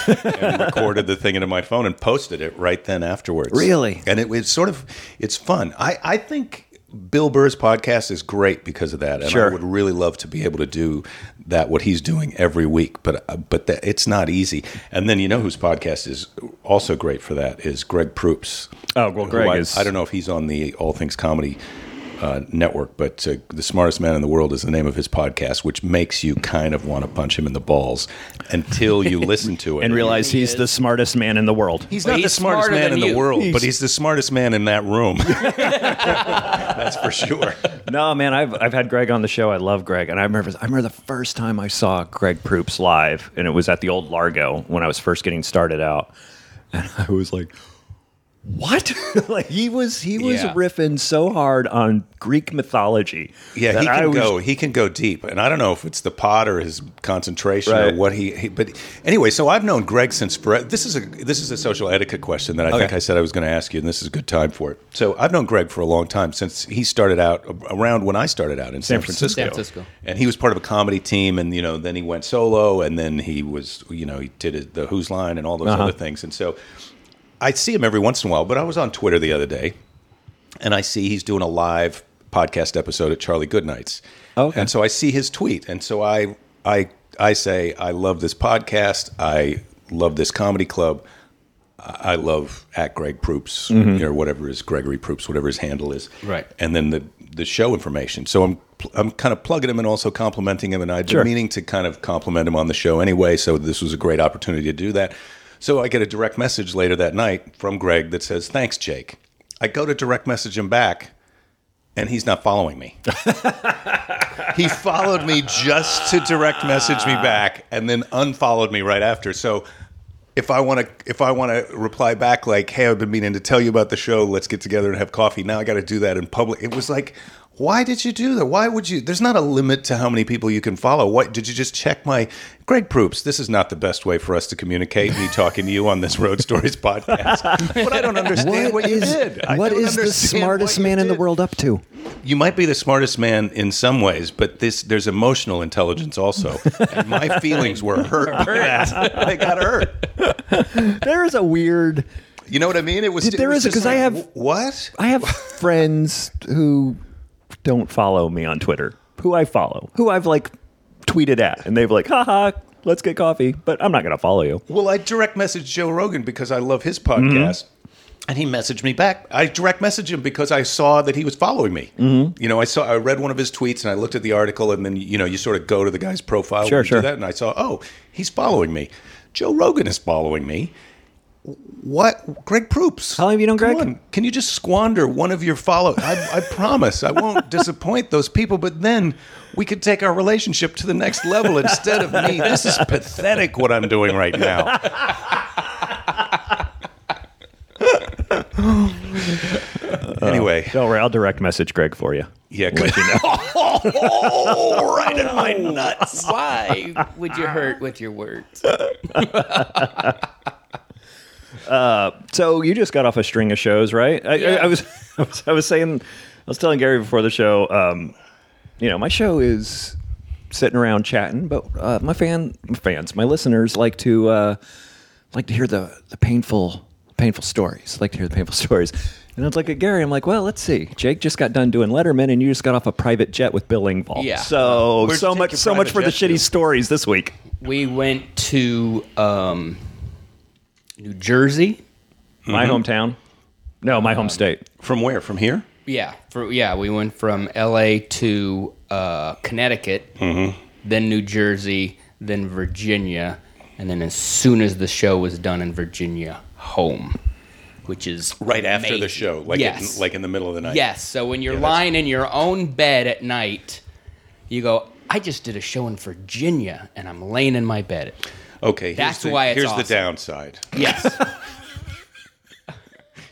and recorded the thing into my phone and posted it right then afterwards.
Really?
And it, it's sort of it's fun. I I think Bill Burr's podcast is great because of that, and
Sure.
I would really love to be able to do that what he's doing every week. But uh, but that, it's not easy. And then you know whose podcast is also great for that is Greg Proops.
Oh, well,
who
Greg
I,
is-
I don't know if he's on the All Things Comedy. Uh, network, but uh, the smartest man in the world is the name of his podcast, which makes you kind of want to punch him in the balls until
(laughs)
you listen to it
and realize he's the smartest man in the world.
He's
Well,
not
he's
the smartest
smarter
man in
than
the
you.
world, but he's the smartest man in that
(laughs)
room. That's for sure.
No, man, I've I've had Greg on the show. I love Greg, and I remember I remember the first time I saw Greg Proops live, and it was at the old Largo when I was first getting started out, and (laughs) I was like, "What?" (laughs) like he was he was
Yeah.
riffing so hard on Greek mythology.
Yeah,
that
he
I
can
was-
go. He can go deep, and I don't know if it's the pot or his concentration
Right.
or what he, he. But anyway, so I've known Greg since forever. This is a this is a social etiquette question that I think
Okay.
I said I was going to ask you, and this is a good time for it. So I've known Greg for a long time since he started out uh, around when I started out in San, Francisco.
San Francisco.
and he was part of a comedy team and you know then he went solo and then he was you know he did the who's line and all those other things and so i see him every once in a while but i was on twitter the other day and i see he's doing a live podcast episode at charlie goodnight's
Okay.
and so i see his tweet and so i i i say i love this podcast i love this comedy club I love at Greg Proops or whatever his Gregory Proops, whatever his handle is.
Right.
And then the the show information. So I'm pl- I'm kind of plugging him and also complimenting him, and I've been
Sure.
meaning to kind of compliment him on the show anyway. So this was a great opportunity to do that. So I get a direct message later that night from Greg that says, "Thanks, Jake." I go to direct message him back, and he's not following me. he followed me just to direct message
Ah.
me back and then unfollowed me right after so if i want to if i want to reply back like hey i've been meaning to tell you about the show let's get together and have coffee now i got to do that in public it was like why did you do that why would you there's not a limit to how many people you can follow what did you just check my greg proops this is not the best way for us to communicate me talking to you on this road stories podcast (laughs) but i don't understand what, you did I
What
don't
is the
understand what
smartest
you
man in the
did
world up to?
you might be the smartest man in some ways, but this there's emotional intelligence also.
(laughs)
And my feelings were hurt. by that. they got hurt.
There is a weird.
You know what I mean? It was
There
it was
is a-
just
'cause I have-
"Wh- what?
I have
friends who don't follow me on Twitter, who I follow, who I've like tweeted at, and they've like, haha, let's get coffee, but I'm not gonna follow you.
Mm-hmm.
Well, I direct message Joe Rogan because I love his podcast. And he messaged me back. I direct messaged him because I saw that he was following me.
Mm-hmm.
You know, I saw, I read one of his tweets and I looked at the article, and then you know, you sort of go to the guy's profile,
Sure,
when you do
sure.
that, and I saw, oh, he's following me. Joe Rogan is following me. What, Greg Proops?
How long have you known
Come
Greg?
on. Can you just squander one of your follow? I, I promise I
(laughs)
won't disappoint those people. But then we could take our relationship to the next level instead of me. This is pathetic what I'm doing right now.
(laughs) Oh,
anyway,
Don't worry, I'll direct message Greg for you.
yeah, good.
(laughs)
right in my (laughs) nuts.
Why would
(laughs)
you hurt with your words?
So you just got off a string of shows, right? I, I, I, was, (laughs) I was I was saying I was telling Gary before the show. Um, you know, my show is sitting around chatting, but uh, my fan my fans, my listeners like to uh, like to hear the the painful painful stories. Like to hear the painful (laughs) stories. And I was like at Gary, I'm like, well, let's see. Jake just got done doing Letterman, and you just got off a private jet with Bill Engvall.
Yeah.
So
Where'd you
so
take
much
your
so much
private
for the
jet to?
shitty stories this week.
We went to um, New Jersey.
My
Mm-hmm.
hometown. No, my home state.
From where? From here?
Yeah, for, yeah, we went from L.A. to uh, Connecticut,
Mm-hmm.
then New Jersey, then Virginia, and then as soon as the show was done in Virginia, home, which is
Right after the
amazing.
show, like
yes,
in, like in the middle of the night.
yes. So when you're
Yeah, that's-
lying in your own bed at night, you go, "I just did a show in Virginia, and I'm laying in my bed."
Okay. here's
That's
the-
why it's
Here's
awesome.
the downside.
(laughs) Yes,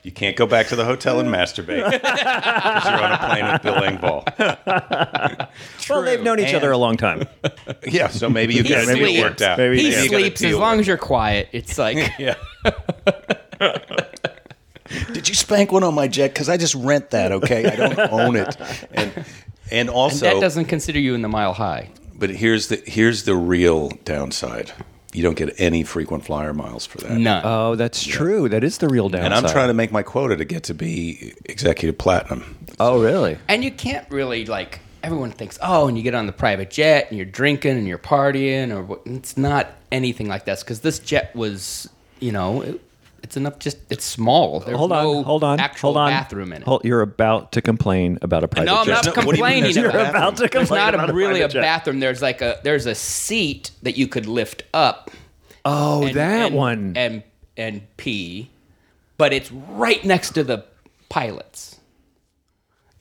You can't go back to the hotel and (laughs) masturbate 'cause you're on a plane with Bill Engvall.
Well, they've known each
And-
other a long time.
Yeah, so maybe you
He
got it
sleeps.
worked out.
Maybe
he
Yeah, you gotta
sleeps as
deal
long
with
as you're quiet. (laughs) It's like.
it. Yeah. (laughs) Did you spank one on my jet? Because I just rent that. Okay, I don't own it. And and also,
that doesn't consider you in the mile high.
but here's the here's the real downside. You don't get any frequent flyer miles for that.
None.
Oh, that's true. That is the real downside.
And I'm trying to make my quota to get to be executive platinum.
Oh, really?
and you can't really like everyone thinks oh and you get on the private jet and you're drinking and you're partying or what it's not anything like this because this jet was you know it, it's enough just it's small There's
Hold on.
no
hold on.
actual
hold on.
bathroom in it
Hold, you're about to complain about a private
no i'm
jet.
not
No, what do you mean
complaining
there's no
about
You're
it.
bathroom?
about to complain
there's not
about
a, really a
private jet.
bathroom there's like a there's a seat that you could lift up
Oh,
and-
that
and-
one.
and and pee but it's right next to the pilots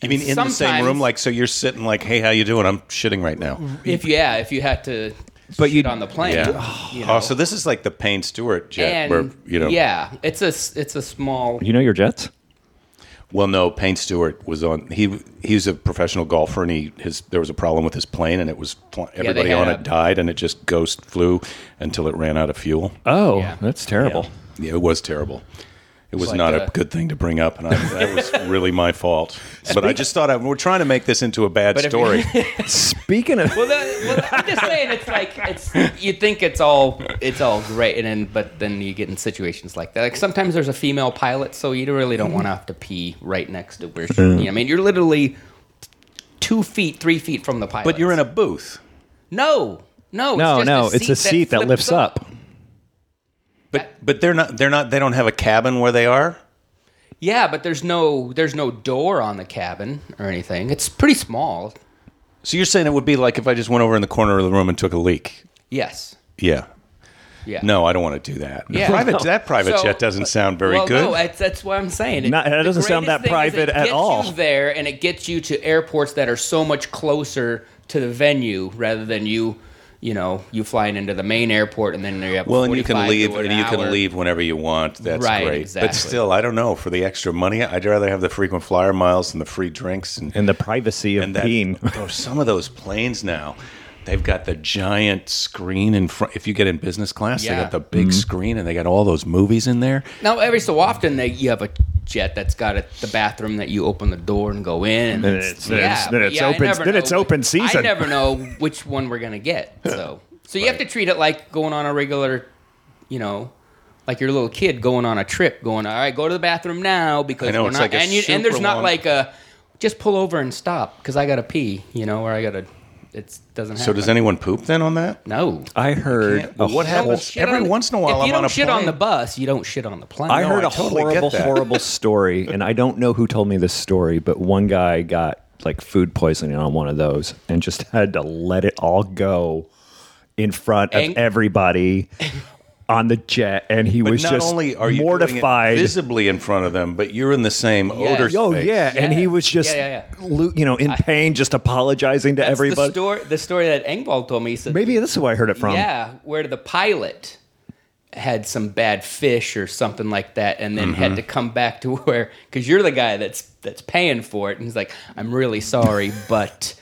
You mean in the same
sometimes-
room? Like, so you're sitting like, hey, how you doing? I'm shitting right now.
if yeah if you had to
But
but
you-
you on the plane
Yeah.
you
Oh,
know.
so this is like the Payne Stewart jet,
and
where you know.
yeah it's a s- it's a small
you know your jets?
Well, no, Payne Stewart was on. He he's a professional golfer, and he his there was a problem with his plane, and it was fl-
they
everybody
had
on
a-
it died, and it just ghost flew until it ran out of fuel.
Oh,
Yeah.
that's terrible.
Yeah, it was terrible. It was
like
not a
a-
good thing to bring up, and I, that was
(laughs)
really my fault. But I just thought I, we're trying to make this into a bad
But if-
story.
(laughs)
Speaking of,
well, that, well i'm just saying it's like it's you think it's all it's all great and then but then you get in situations like that like sometimes there's a female pilot so you really don't want to have to pee right next to where she, you know, i mean you're literally two feet three feet from the pilot
but you're in a booth.
no no it's
no,
just
no, it's a seat that,
flips
lifts up.
But but they're not they're not they don't have a cabin where they are.
yeah but there's no there's no door on the cabin or anything it's pretty small
So you're saying it would be like if I just went over in the corner of the room and took a leak.
yes
Yeah.
yeah
No, I don't want to do that. (laughs)
Yeah.
Private that private
So-
jet doesn't sound very
well,
good.
no, that's, that's what I'm saying. It,
Not- that
the
doesn't sound
greatest
that
thing is
private
it
at
gets
all.
You there, and it gets you to airports that are so much closer to the venue rather than you, you know, you flying into the main airport and then you have
well, and you
45
can
to
leave,
an
and you
hour.
can leave whenever you want. That's
Right,
great.
exactly.
But still, I don't know. For the extra money, I'd rather have the frequent flyer miles and the free drinks and
And the privacy of
and
(laughs)
being.
that. oh, some of (laughs) those planes now, they've got the giant screen in front. If you get in business class, they
Yeah.
got the big screen, and they got all those movies in there.
Now, every so often, they, you have a jet that's got a, the bathroom that you open the door and go in. And
it's- then it's- then
but
it's open-
I never
then
know
it's open
which-
season.
I never know which one we're gonna get.
(laughs)
So, so you have to treat it like going on a regular, you know. Like your little kid going on a trip, going, all right, go to the bathroom now because
I know,
we're
it's
not,
like a
and, you, and there's
super
not
long-
like a, just pull over and stop because I gotta pee, you know, or I gotta, it doesn't happen.
So does anyone poop then on that?
No.
I heard
Well, what happens
Shit
every
on the-
once in a while?
If you
I'm
don't
on a
shit on
plane.
the bus, you don't shit on the plane.
I heard
I
a
totally get
horrible,
that.
horrible story, and I don't know who told me this story, but one guy got like food poisoning on one of those and just had to let it all go in front of
(laughs)
And-
everybody on the jet, and he
But
was
not
just
only are you doing it
mortified.
visibly in front of them, but you're in the same odor.
Yo,
Oh
space.
yeah, and
Yeah.
he was just,
Yeah, yeah, yeah.
lo- you know, in pain, just apologizing to
That's
everybody.
The story, the story that Engvall told me. He said,
Maybe this is where I heard it from.
Yeah, where the pilot had some bad fish or something like that, and then
Mm-hmm.
had to come back to (laughs) where because you're the guy that's that's paying for it, and he's like, "I'm
(laughs)
really sorry, but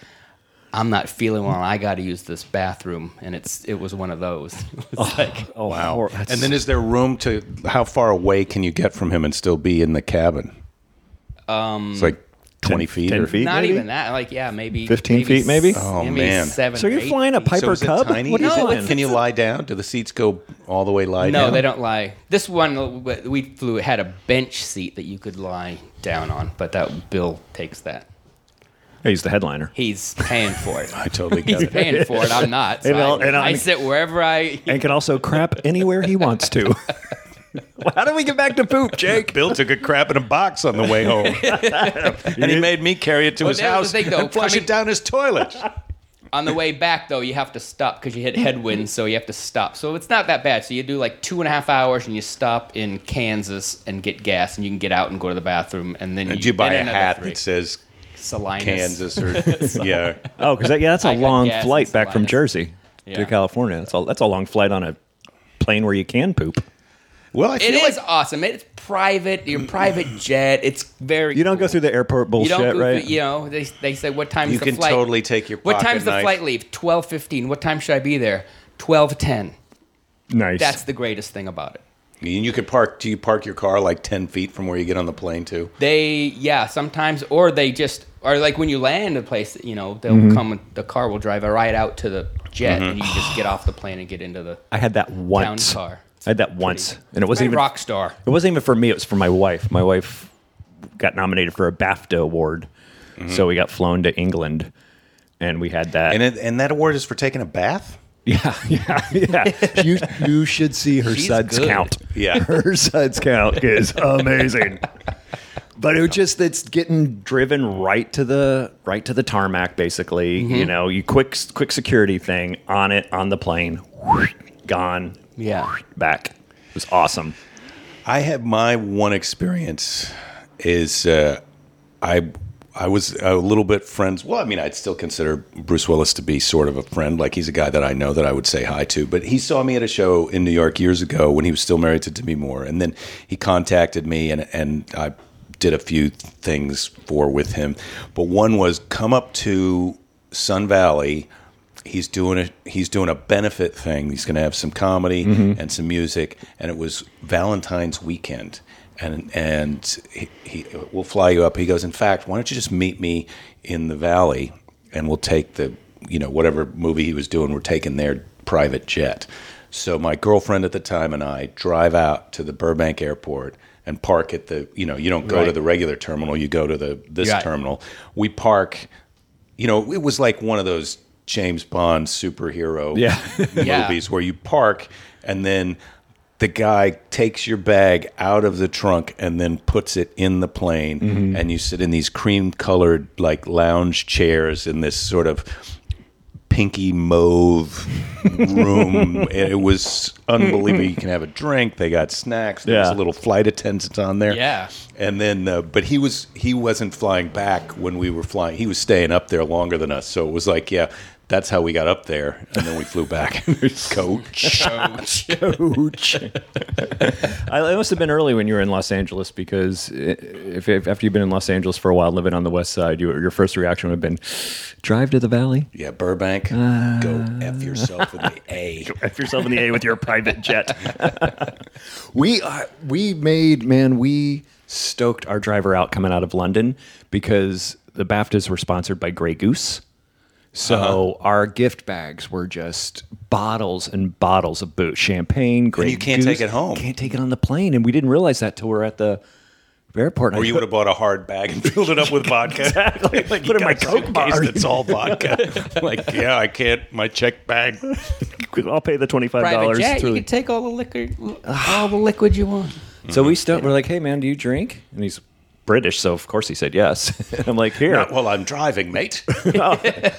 I'm not feeling well. I got to use this bathroom," and it's it was one of those. It was like,
Oh wow.
And then is there room to how far away can you get from him and still be in the cabin? Um, it's like twenty feet.
10
or,
feet?
(laughs) not
maybe?
even that. Like, yeah, maybe
15 feet, maybe?
s-
Oh, man.
seven.
so
or
you're
eight
flying a
feet.
So
Piper
is it
Cub?
tiny?
What are you
No,
doing?
Can you lie down? Do the seats go all the way lie
No,
down?
they don't lie. This one we we flew had a bench seat that you could lie down on, but that Bill takes that.
He's the headliner.
He's paying for
(laughs)
it.
I
(laughs)
totally get it.
paying for it. I'm not. So
And I'll-
I,
and
I
I'm-
sit wherever I.
and can also crap anywhere he wants to. (laughs) Well, How do we get back to poop, Jake?
Bill took a crap in a box on the way
(laughs)
home, and he made me carry it to his
that
house
was the
(laughs)
thing, though,
and flush
coming-
it down his
(laughs)
toilet.
On the way back, though, you have to stop because you hit headwind, so you have to stop. So it's not that bad. So you do like two and a half hours, and you stop in Kansas and get gas, and you can get out and go to the bathroom, and then
And you buy
get
a
another
hat
three.
that says
Salinas.
Kansas
(laughs)
or (laughs) yeah.
Oh, because that, yeah, that's a
I got
long
gas
flight
and
back from
colitis.
Jersey
Yeah.
to California. That's a, that's a long flight on a plane where you can poop.
Well, I feel
It
like
is awesome. It's private. Your private
(clears throat)
jet. It's very.
You don't go through the airport
You
bullshit,
don't go
right?
through, you know, they, they say, what time's
You
the
can
flight?
totally take your
What
pocket
time's the
knife.
flight leave? 12.15. What time should I be there? 12.10.
Nice.
That's the greatest thing about it.
And you could park. Do you park your car like ten feet from where you get on the plane too?
They yeah, sometimes or they just or like when you land a place, you know, they'll
Mm-hmm.
come and the car will drive right out to the jet and you just get off the plane and get into the
I had that
town
once. I
car.
had that once, and it wasn't
Even
even
rock star.
It wasn't even for me. It was for my wife. My wife got nominated for a BAFTA award, so we got flown to England, Mm-hmm. and we had that.
And it, and that award is for taking a bath.
Yeah, (laughs) yeah, yeah. you you should see her
She's
suds
good.
count. (laughs)
Yeah.
her suds count is amazing. But it was just it's getting driven right to the right to the tarmac. Basically, you know, you quick quick security thing on it on the plane, gone.
Yeah.
back. It was awesome.
I had my one experience is uh, I I was a little bit friends. Well, I mean, I'd still consider Bruce Willis to be sort of a friend. Like he's a guy that I know that I would say hi to. But he saw me at a show in New York years ago when he was still married to Demi Moore, and then he contacted me, and and I did a few things for with him. But one was come up to Sun Valley he's doing a he's doing a benefit thing. He's going to have some comedy and some music, and it was Valentine's weekend. And and he, he will fly you up. He goes, in fact, why don't you just meet me in the valley, and we'll take the you know whatever movie he was doing. We're taking their private jet. So my girlfriend at the time and I drive out to the Burbank airport and park at the you know you don't go to
Right.
the regular terminal, you go to the this
Yeah.
terminal. We park you know, it was like one of those James Bond superhero
Yeah.
(laughs) Yeah.
movies where you park and then the guy takes your bag out of the trunk and then puts it in the plane
Mm-hmm.
and you sit in these cream colored like lounge chairs in this sort of
(laughs)
pinky mauve room And it was unbelievable you can have a drink they got snacks there's
Yeah.
little flight attendants on there
Yeah.
and then uh, but he was he wasn't flying back when we were flying he was staying up there longer than us so it was like yeah that's how we got up there and then we flew back coach
Ouch. (laughs) I, it must have been early when you were in Los Angeles because i- if, if after you've been in Los Angeles for a while, living on the West Side, you, your first reaction would have been, "Drive to the Valley,
yeah burbank go f yourself with the
(laughs)
a
F yourself in the A with your private jet." we uh, we made man, we stoked our driver out coming out of London because the Baftas were sponsored by Grey Goose. So
Uh-huh.
our gift bags were just bottles and bottles of booze, champagne, Grey
you can't
Goose.
take it home.
Can't take it on the plane, and we didn't realize that till we're at the
airport.
Or you would have bought a hard bag and filled it up with
(laughs)
vodka. (laughs)
Exactly. Like, put it in my Coke bar.
It's all vodka.
(laughs)
like, yeah, I can't. My check bag.
I'll pay the twenty five
Private
dollars. Ah.
jet, you can take all the liquid, all the liquid you want.
So we still we're like, hey man, do you drink? And he's British, so of course he said yes. (laughs) And I'm like, here.
Not while I'm
(laughs)
driving, mate.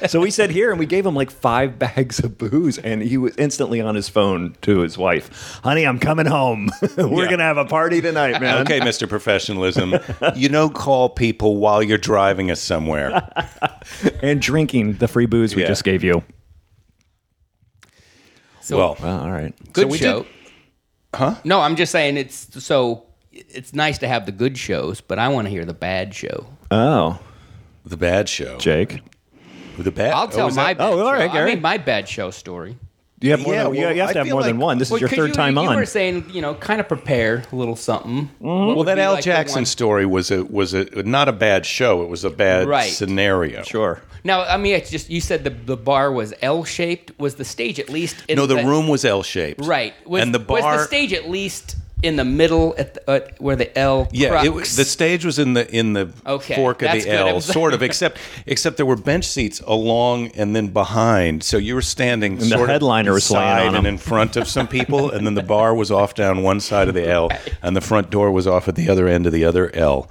so we said here, and we gave him like five bags of booze, and he was instantly on his phone to his wife. Honey, I'm coming home. (laughs) We're
Yeah.
gonna have a party (laughs) tonight, man.
okay, Mr. Professionalism. You don't call people while you're driving us
(laughs)
somewhere.
And drinking the free booze we
Yeah.
just gave you.
So
well,
Well, all right.
good
we
show.
did-
huh? No, I'm just saying it's so it's nice to have the good shows, but I want to hear the bad show.
Oh,
the bad show.
Jake.
The bad.
I'll
oh,
tell
is
my
that-
bad
Oh, all right,
show.
Gary.
I mean my bad show story.
You have more
Yeah,
than, you-
well,
you have to
I
have
feel
more than
like-
one. This
Well,
is your
'cause
third
you,
time
you
on. Mm-hmm.
were saying you know kind of prepare a little something. What
Well,
would
that
be
Al
like the
Jackson
one-
story was a was a not a bad show. It was a bad
Right.
scenario.
sure.
Now, I mean, it's just you said the the bar was L shaped. Was the stage at least? In
No, the room was L shaped.
Right. Was,
and the bar.
was the stage at least in the middle at the, uh, where the L.
Yeah,
crux?
it, was- the stage was in the in the
Okay,
fork of
that's
the
good. I
L,
was- (laughs)
sort of. Except except there were bench seats along and then behind, so you were standing and
the
sort
headliner
of
was laying
beside
on them.
and in front of some people, and then the bar was off down one side of the
(laughs)
L, and the front door was off at the other end of the other L,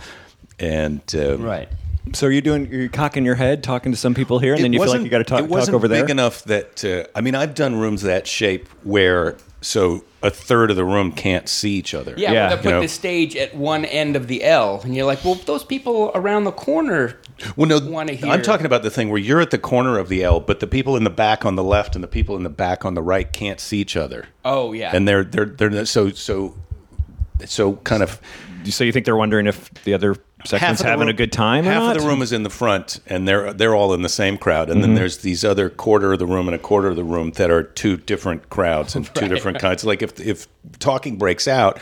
and um,
right.
So you're doing you're cocking your head, talking to some people here, and then you feel like
wasn't-
you got to talk,
It wasn't
talk over
big
there.
enough that uh, I mean, I've done rooms that shape where so a third of the room can't see each other.
Yeah,
Yeah,
well,
you
they put
know.
the stage at one end of the L, and you're like, well, those people around the corner.
Well, no,
wanna hear.
I'm talking about the thing where you're at the corner of the L, but the people in the back on the left and the people in the back on the right can't see each other,
Oh yeah,
and they're they're they're so so so kind of
so you think they're wondering if the other section's
the
having
room-
a good time? or
Half of
not? Mm-hmm.
the room is in the front, and they're they're all in the same crowd. And then there's these other quarter of the room and a quarter of the room that are two
(laughs)
different crowds and two different kinds. Like if if talking breaks out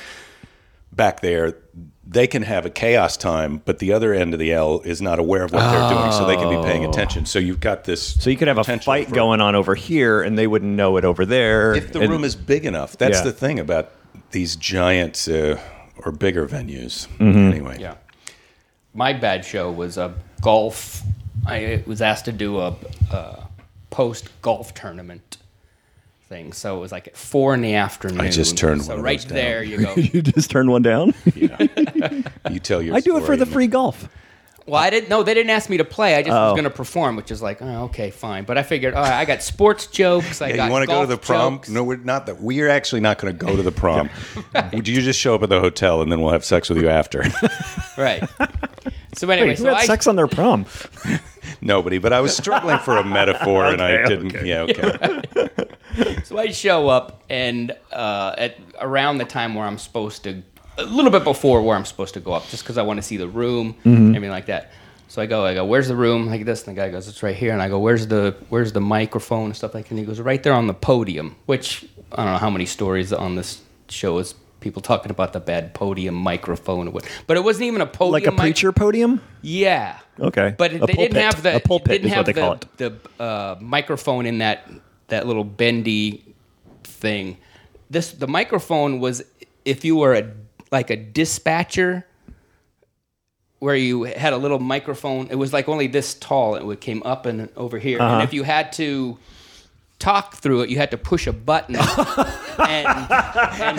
back there, they can have a chaos time, but the other end of the L is not aware of what they're doing, so they can be paying attention. So you've got this.
Oh. So you could have a
potential
fight
for-
going on over here, and they wouldn't know it over there.
if the
and-
room is big enough. That's
Yeah.
the thing about these giant uh, or bigger venues.
Mm-hmm.
Anyway,
yeah. My bad show was a golf. I was asked to do a, a post golf tournament thing, so it was like at four in the afternoon.
I just turned
so
one of
right
those down.
there. You go.
(laughs)
you just turn one down.
you tell your.
I do it for
story
the
and-
free golf.
Well, I didn't. No, they didn't ask me to play. I just
Oh.
was going to perform, which is like, oh, okay, fine. But I figured, all right, I got sports jokes. I
Yeah,
got.
you want to go to
golf
the prom?
jokes.
No, we're not that. We are actually not going to go to the prom. (laughs) Would you just show up at the hotel and then we'll have sex with you after? (laughs)
right. So anyway,
Who
so
had
I
sex on their
(laughs)
prom?
Nobody, but I was struggling for a metaphor and I didn't. Yeah, okay.
(laughs) So I show up, and uh, at around the time where I'm supposed to, a little bit before where I'm supposed to go up, just because I want to see the room,
Mm-hmm.
everything like that. So I go, I go, where's the room? Like this, and the guy goes, it's right here. And I go, where's the where's the microphone and stuff like? that? And he goes, right there on the podium. Which I don't know how many stories on this show is people talking about the bad podium microphone or what, but it wasn't even a podium.
Like a
mic-
preacher podium?
yeah.
Okay.
But
A
they didn't
pulpit.
have the
A pulpit
didn't
is what
have
they
the,
call it.
the uh, microphone in that that little bendy thing. This the microphone was if you were a like a dispatcher where you had a little microphone. It was like only this tall. It would came up and over here.
Uh-huh.
And if you had to talk through it, you had to push
(laughs)
a button and, and, (laughs) and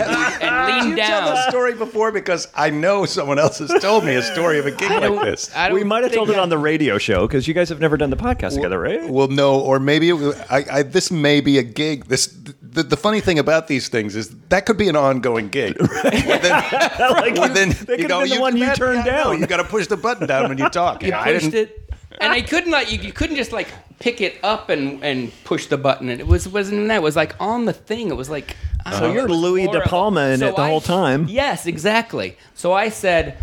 Tell the
lean down.
story before because I know someone else has told me a story of a gig like this.
I
we
don't
might have
think
told it
I-
on the radio show because you guys have never done the podcast together, right?
Well, no, or maybe it was, I, I, this may be a gig. This the, the funny thing about these things is that could be an ongoing
(laughs)
gig. Well, then, well, then
could have been the one you
that-
turned
yeah, no,
down.
You got to push the button down when you talk.
you
Yeah, I
pushed
didn't-
it, and I couldn't like you, you couldn't just like pick it up and and push the button. And it was wasn't even that. It was like on the thing. It was like I don't
So
know,
you're
it was
Louis De
horrible.
Palma in it the
I-
whole time.
Yes, exactly. So I said,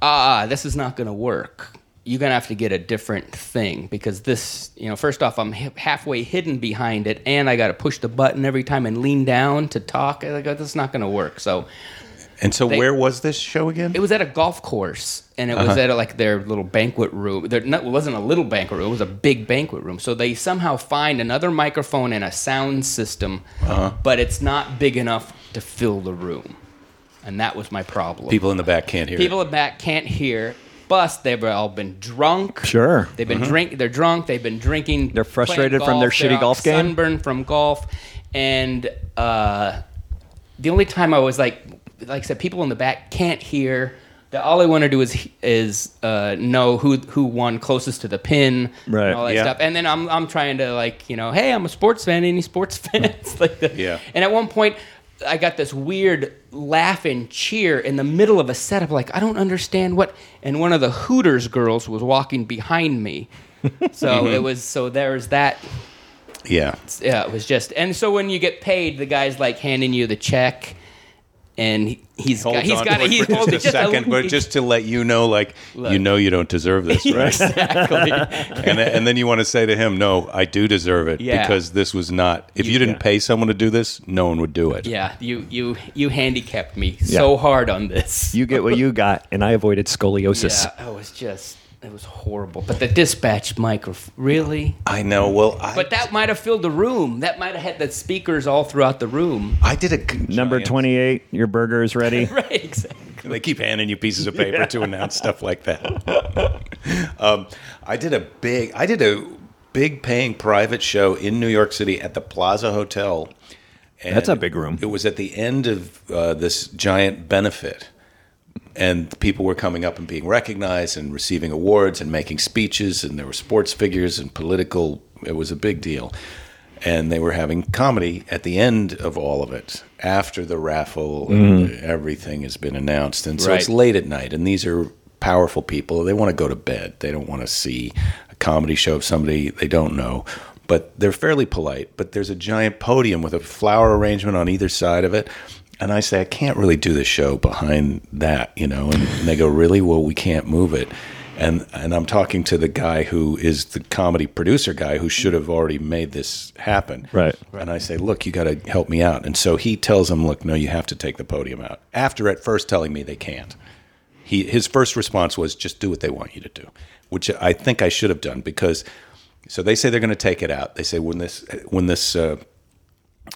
ah, this is not going to work. You're going to have to get a different thing because this, you know, first off, I'm hi- halfway hidden behind it, and I got to push the button every time and lean down to talk. I go, this is not going to work. So
And so,
They-
where was this show again?
it was at a golf course, and it was at like their little banquet room. There not, it wasn't a little banquet room; it was a big banquet room. So they somehow find another microphone and a sound system, but it's not big enough to fill the room. and that was my problem.
People in the back can't hear.
People
it.
in back can't hear. Plus, they've all been drunk.
Sure. Mm-hmm.
They've been drink. They're drunk. They've been drinking.
They're frustrated
playing
from their
They're
shitty
all
golf game?
Sunburned from golf, and uh, the only time I was like, like I said, people in the back can't hear. The, all I want to do is is uh, know who who won closest to the pin,
Right,
And all that
yeah.
stuff. And then I'm I'm trying to like you know, hey, I'm a sports fan. Any sports
(laughs)
(laughs) fans? like the,
Yeah.
and at one point, I got this weird laugh and cheer in the middle of a setup. Like, I don't understand what. And one of the Hooters girls was walking behind
(laughs)
me. So
Mm-hmm.
it was, so there's that.
Yeah.
Yeah, it was just. And so when you get paid, the guy's like handing you the check. And he, he's got, he's
on
got
to it
he's
for just
holding
a second, but
(laughs)
just to let you know, like you know, you don't deserve this, right? (laughs)
exactly.
and, and then you want to say to him, "No, I do deserve it
Yeah.
because this was not. If you didn't pay someone to do this, no one would do it."
yeah, you you you handicapped me so hard on this.
You get what you got, and I avoided scoliosis.
yeah, it was just it was horrible. But the dispatch microphone, really?
I know. Well, I
But that might have filled the room. That might have had the speakers all throughout
(laughs)
the room.
I did a
Number
Giant.
28, your burger is
(laughs)
ready.
Right, exactly.
They keep handing you pieces of paper to announce stuff like that. (laughs) um, I did a big, I did a big paying private show in New York City at the Plaza Hotel. And
That's a big room.
It was at the end of uh, this giant benefit, and people were coming up and being recognized and receiving awards and making speeches, and there were sports figures and political. It was a big deal. And they were having comedy at the end of all of it, after the raffle and
Mm-hmm.
everything has been announced. And so it's
Right.
late at night, and these are powerful people. They want to go to bed. They don't want to see a comedy show of somebody they don't know, but they're fairly polite. But there's a giant podium with a flower arrangement on either side of it. And I say, I can't really do the show behind that, you know? And, and they go, Really? Well, we can't move it. And, and I'm talking to the guy who is the comedy producer guy who should have already made this happen.
Right.
And I say, look, you got to help me out. And so he tells him, look, no, you have to take the podium out. After at first telling me they can't. He, his first response was just do what they want you to do, which I think I should have done because so they say they're going to take it out. They say when this when this uh,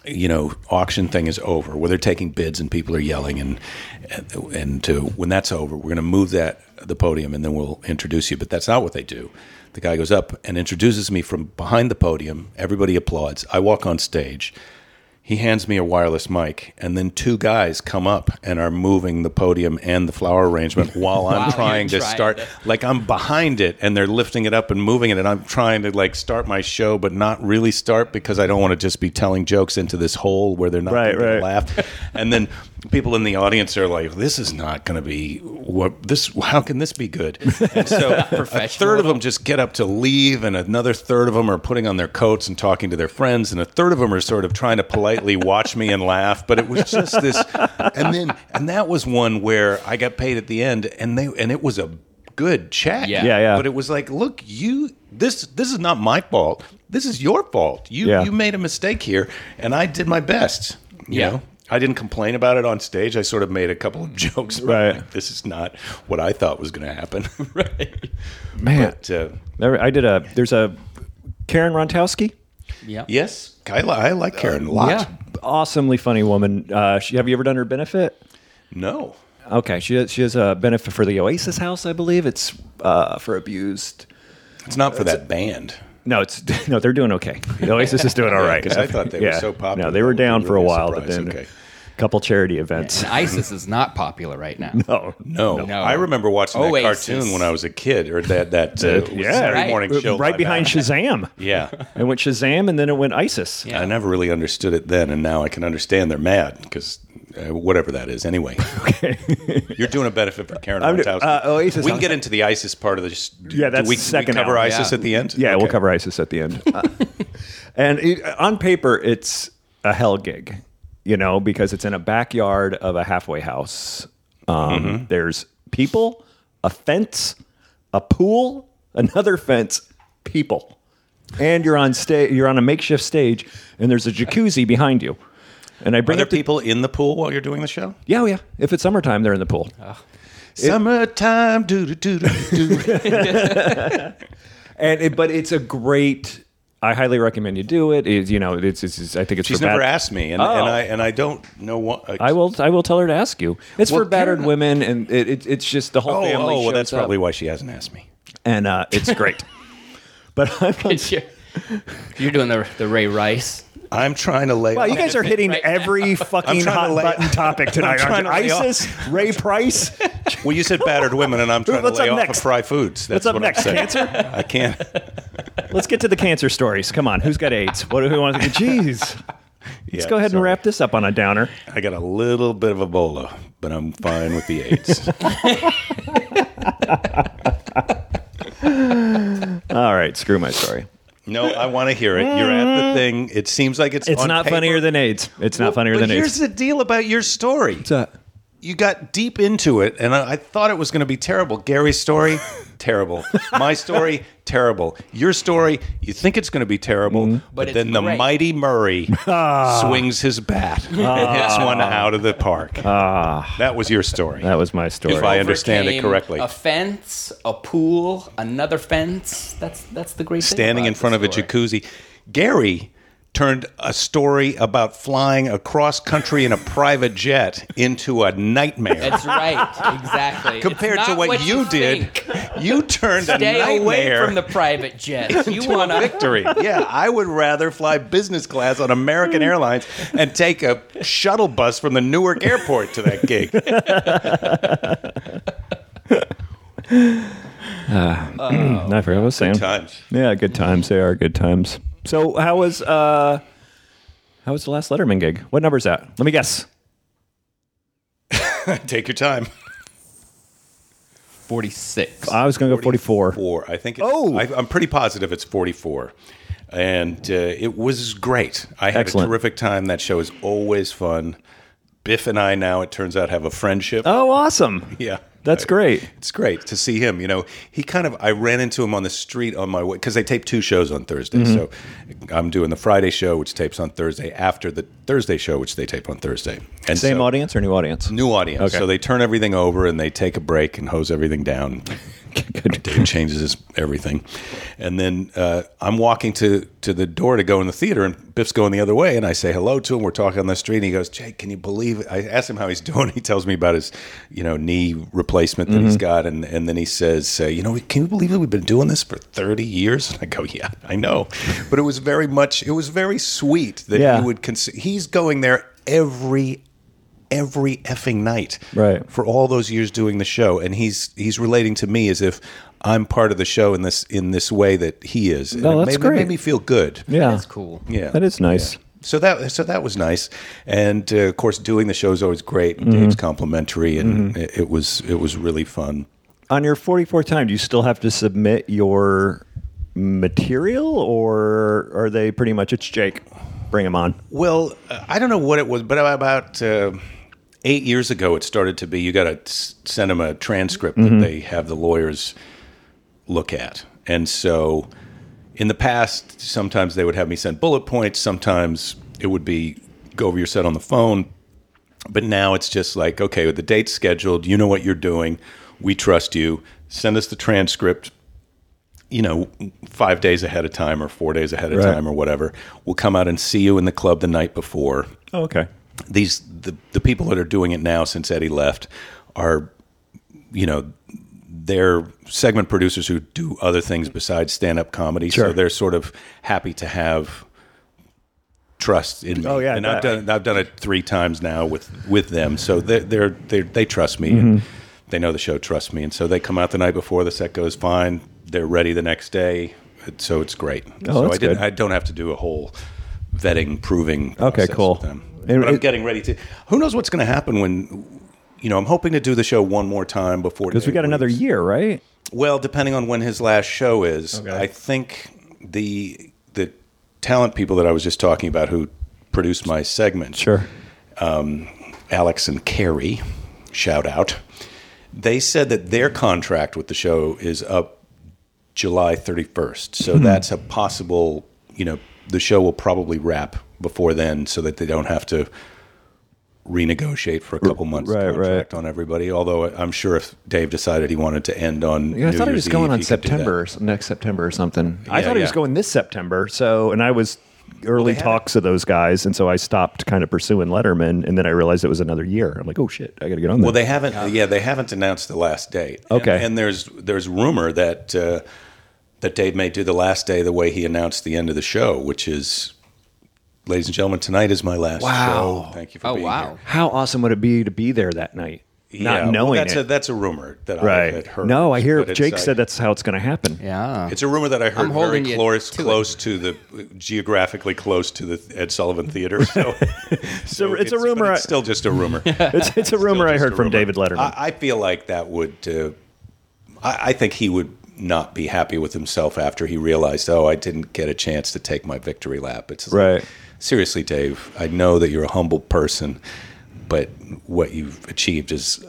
you know auction thing is over, where they're taking bids and people are yelling and and, and to, when that's over, we're going to move that the podium and then we'll introduce you. But that's not what they do. The guy goes up and introduces me from behind the podium. Everybody applauds. I walk on stage. He hands me a wireless mic, and then two guys come up and are moving the podium and the flower
(laughs)
arrangement while I'm
Wow,
trying to
you're trying
start.
to-
(laughs) Like I'm behind it, and they're lifting it up and moving it, and I'm trying to like start my show, but not really start because I don't want to just be telling jokes into this hole where they're not
Right,
going to
right.
laugh. And then people in the audience are like, "This is not going to be what this. How can this be good?" And
(laughs)
so a
professional
third
at
of them just get up to leave, and another third of them are putting on their coats and talking to their friends, and a third of them are sort of trying to politely watch me and laugh. But it was just this, and then and that was one where I got paid at the end, and they and it was a good check.
Yeah.
Yeah, yeah.
But it was like, look, you this this is not my fault. This is your fault. You
Yeah.
you made a mistake here, and I did my best. You
Yeah.
know? I didn't complain about it on stage. I sort of made a couple of (laughs) jokes. about,
Right.
like, this is not what I thought was going to happen. (laughs) right.
Man,
But, uh,
There- I did a. There's a Karen Rontowski,
Yeah.
yes, Kyla, I like Karen a lot.
awesomely funny woman. Uh, she, have you ever done her benefit?
No.
Okay, she has- she has a benefit for the Oasis House, I believe. It's uh, for abused.
It's not for that band.
No, it's (laughs) no. They're doing okay. The Oasis is
(laughs)
doing all right.
because I thought they were so popular.
No, they were down for a
Really
while, but
surprised.
then
Okay.
a couple charity events.
And ISIS is not popular right
(laughs)
now.
(laughs) Oh,
No. I remember watching that
Oasis.
cartoon when I was a kid, or that that uh,
(laughs) yeah.
Saturday
Right.
morning show
right
by
behind
Matt. (laughs)
Shazam. (laughs)
Yeah.
It went Shazam, and then it went ISIS.
Yeah.
I never really understood it then, and now I can understand they're mad because uh, whatever that
(laughs)
is. Anyway, you're doing a benefit for Karen
I'm do-
Wojtowski.
uh, Oasis
we can
House.
get into the ISIS part of this. Do-
Yeah, that's
do we,
second
we cover
hour,
ISIS
yeah.
at the end.
Yeah, we'll
Okay.
cover ISIS at the
(laughs)
end. Uh, and it, on paper, it's a hell gig, you know, because it's in a backyard of a halfway house. Um,
Mm-hmm.
There's people, a fence, a pool, another fence, people, and you're on stage. You're on a makeshift stage, and there's a jacuzzi behind you. And I
Are
bring
there
up the,
people in the pool while you're doing the show?
yeah, oh, yeah. If it's summertime, they're in the pool.
Ah.
(laughs)
Summertime, doo doo doo doo.
and it, but it's a great I highly recommend you do it. It- you know, it's, it's, it's- I think it's
She's
for
never
bad-
asked me, and, and I and I don't know uh, what.
Oh. I will. I will tell her to ask you. It's
Well,
for battered
Karen-
women, and it, it, it's just the whole
Oh,
family.
oh well,
shows
that's
up,
probably why she hasn't asked me.
and uh, it's
(laughs)
great. but I'm on,
You're, you're doing the, the Ray Rice.
I'm trying to lay.
wow, you
off-
guys are hitting
Right now.
every
I'm
fucking
trying to
hot
lay-
button topic tonight. aren't
(laughs) I'm
you?
trying to lay off.
ISIS, Ray
(laughs)
Price.
Well, you said battered
(laughs)
women, and I'm trying to
What's
lay
up
off
next?
of fry foods. That's
What's up
what
next?
I'm saying.
Cancer.
I can't.
Let's get to the cancer stories. Come on, who's got AIDS? What do we want to? Jeez. Let's
(laughs) Yeah,
go ahead and
sorry.
wrap this up on a downer.
I got a little bit of Ebola, but I'm fine with the
(laughs)
AIDS.
All right, screw my story.
no, I want to hear it. You're at the thing. It seems like it's.
Mm. It's
on
not
paper.
funnier than AIDS. It's not funnier
but
than AIDS.
here's the deal about your story.
What's that?
You got deep into it, and I, I thought it was going to be terrible.
(laughs)
Gary's story, terrible. My story, terrible. Your story, you think it's going to be terrible,
Mm.
but,
it's
then the
great.
mighty
(laughs)
Murray
Ah.
swings his bat and hits one out of the park. that was your story.
Ah. That was my story.
If I understand it
Overcame
correctly.
A fence, a pool, another fence. That's that's the great thing
standing
about
in front of
this
a
story.
jacuzzi. Gary turned a story about flying across country in a private jet into a nightmare.
That's right, exactly.
(laughs)
It's
Compared to
not
what, you, did,
think.
you turned a
Stay
nightmare
away from
(laughs)
the private jet. You want to
victory. yeah, I would rather fly business class on American Airlines and take a shuttle bus from the Newark airport to that (laughs) gig.
I forgot what I was saying.
Times.
Yeah, good times. They are good times. So how was uh how was the last Letterman gig? What number's that? Let me guess.
Take your time.
46.
I was gonna go forty four.
Four. I think. It's, oh, I, I'm pretty positive it's 44, and uh, it was great. I had
Excellent.
a terrific time. That show is always fun. Biff and I now, it turns out, have a friendship.
Oh awesome.
Yeah.
That's
Uh,
great.
It's great to see him. You know, he kind of, I ran into him on the street on my way because they tape two shows on Thursday.
Mm-hmm.
So I'm doing the Friday show, which tapes on Thursday, after the Thursday show, which they tape on Thursday. And
Same
so-
audience or new audience?
New audience.
Okay.
So they turn everything over and they take a break and hose everything down.
(laughs) Good.
Dave changes his everything. And then uh, I'm walking to, to the door to go in the theater, and Biff's going the other way. And I say hello to him. We're talking on the street, and he goes, Jake, can you believe it? I ask him how he's (laughs) doing. He tells me about his you know knee replacement that he's got. And, and then he says, uh, You know, can you believe that we've been doing this for 30 years? And I go, Yeah, I know. But it was very much, it was very sweet that
Yeah.
he would consider, he's going there every every effing night
Right.
for all those years doing the show and he's he's relating to me as if I'm part of the show in this in this way that he is. And
No,
it
that's
made, it
great.
made me feel good.
Yeah.
That's cool.
Yeah.
That is nice.
So that so that was nice. And uh, of course doing the show is always great.
Mm-hmm.
And Dave's complimentary and it, it was it was really fun.
On your forty fourth time, do you still have to submit your material or are they pretty much it's Jake? Bring him on.
Well, uh, I don't know what it was, but about uh, eight years ago, it started to be you got to send them a transcript that they have the lawyers look at. And so in the past, sometimes they would have me send bullet points, sometimes it would be go over your set on the phone. But now it's just like, okay, the date's scheduled, you know what you're doing, we trust you, send us the transcript. You know, five days ahead of time or four days ahead of
Right.
time or whatever. We'll come out and see you in the club the night before
Oh, okay.
these the, the people that are doing it now since Eddie left are you know they're segment producers who do other things besides stand up comedy so
Sure.
they're sort of happy to have trust in me
Oh, yeah, I
and I've
bet.
done I've done it 3 times now with with them so they they're, they're they trust
Mm-hmm.
me and they know the show trusts me and so they come out the night before the set goes fine they're ready the next day so it's great
Oh,
so
that's
I didn't
good.
I don't have to do a whole vetting proving
Okay,
process
cool.
with them.
And
But I'm
it-
getting ready to. Who knows what's going to happen when, you know, I'm hoping to do the show one more time before.
Because we got another year, right?
Well, depending on when his last show is,
Okay.
I think the the talent people that I was just talking about who produced my segment,
Sure.
Alex and Carrie, shout out. They said that their contract with the show is up July 31st. So
Hmm.
that's a possible, you know, the show will probably wrap before then so that they don't have to renegotiate for a couple months
right,
contract on everybody. Although I'm sure if Dave decided he wanted to end on,
Yeah, I
New
thought he
Year's
was going
Eve,
on
he could do that.
September, or s- next September or something. I
Yeah,
thought he was
yeah.
going this September. So, and I was early talks of those guys, and so I stopped kind of pursuing Letterman, and then I realized it was another year. I'm like, oh shit, I got to get on
Well,
that.
they haven't. Yeah. they haven't announced the last date. And-
Okay.
and, there's there's rumor that uh, that Dave may do the last day the way he announced the end of the show, which is, ladies and gentlemen, tonight is my last show. Thank you for
Oh
being
wow.
here.
How awesome would it be to be there that night,
Yeah,
not
well,
knowing
that's
it?
a that's a rumor that I had
right?
heard.
No, I hear
But it's,
Jake
uh,
said that's how it's going to happen.
Yeah.
It's a rumor that I heard
I'm holding
very
you
close,
to it.
close to the geographically close to the Ed Sullivan
(laughs)
Theater. So, so
it's a
but
rumor
It's
I-
still just
(laughs)
a rumor.
(laughs) It's, it's a rumor I
just
heard
a
from
rumor.
David Letterman.
I, I feel like that would. Uh, I, I think he would not be happy with himself after he realized, oh, I didn't get a chance to take my victory lap. It's just like,
Right.
seriously, Dave. I know that you're a humble person, but what you've achieved is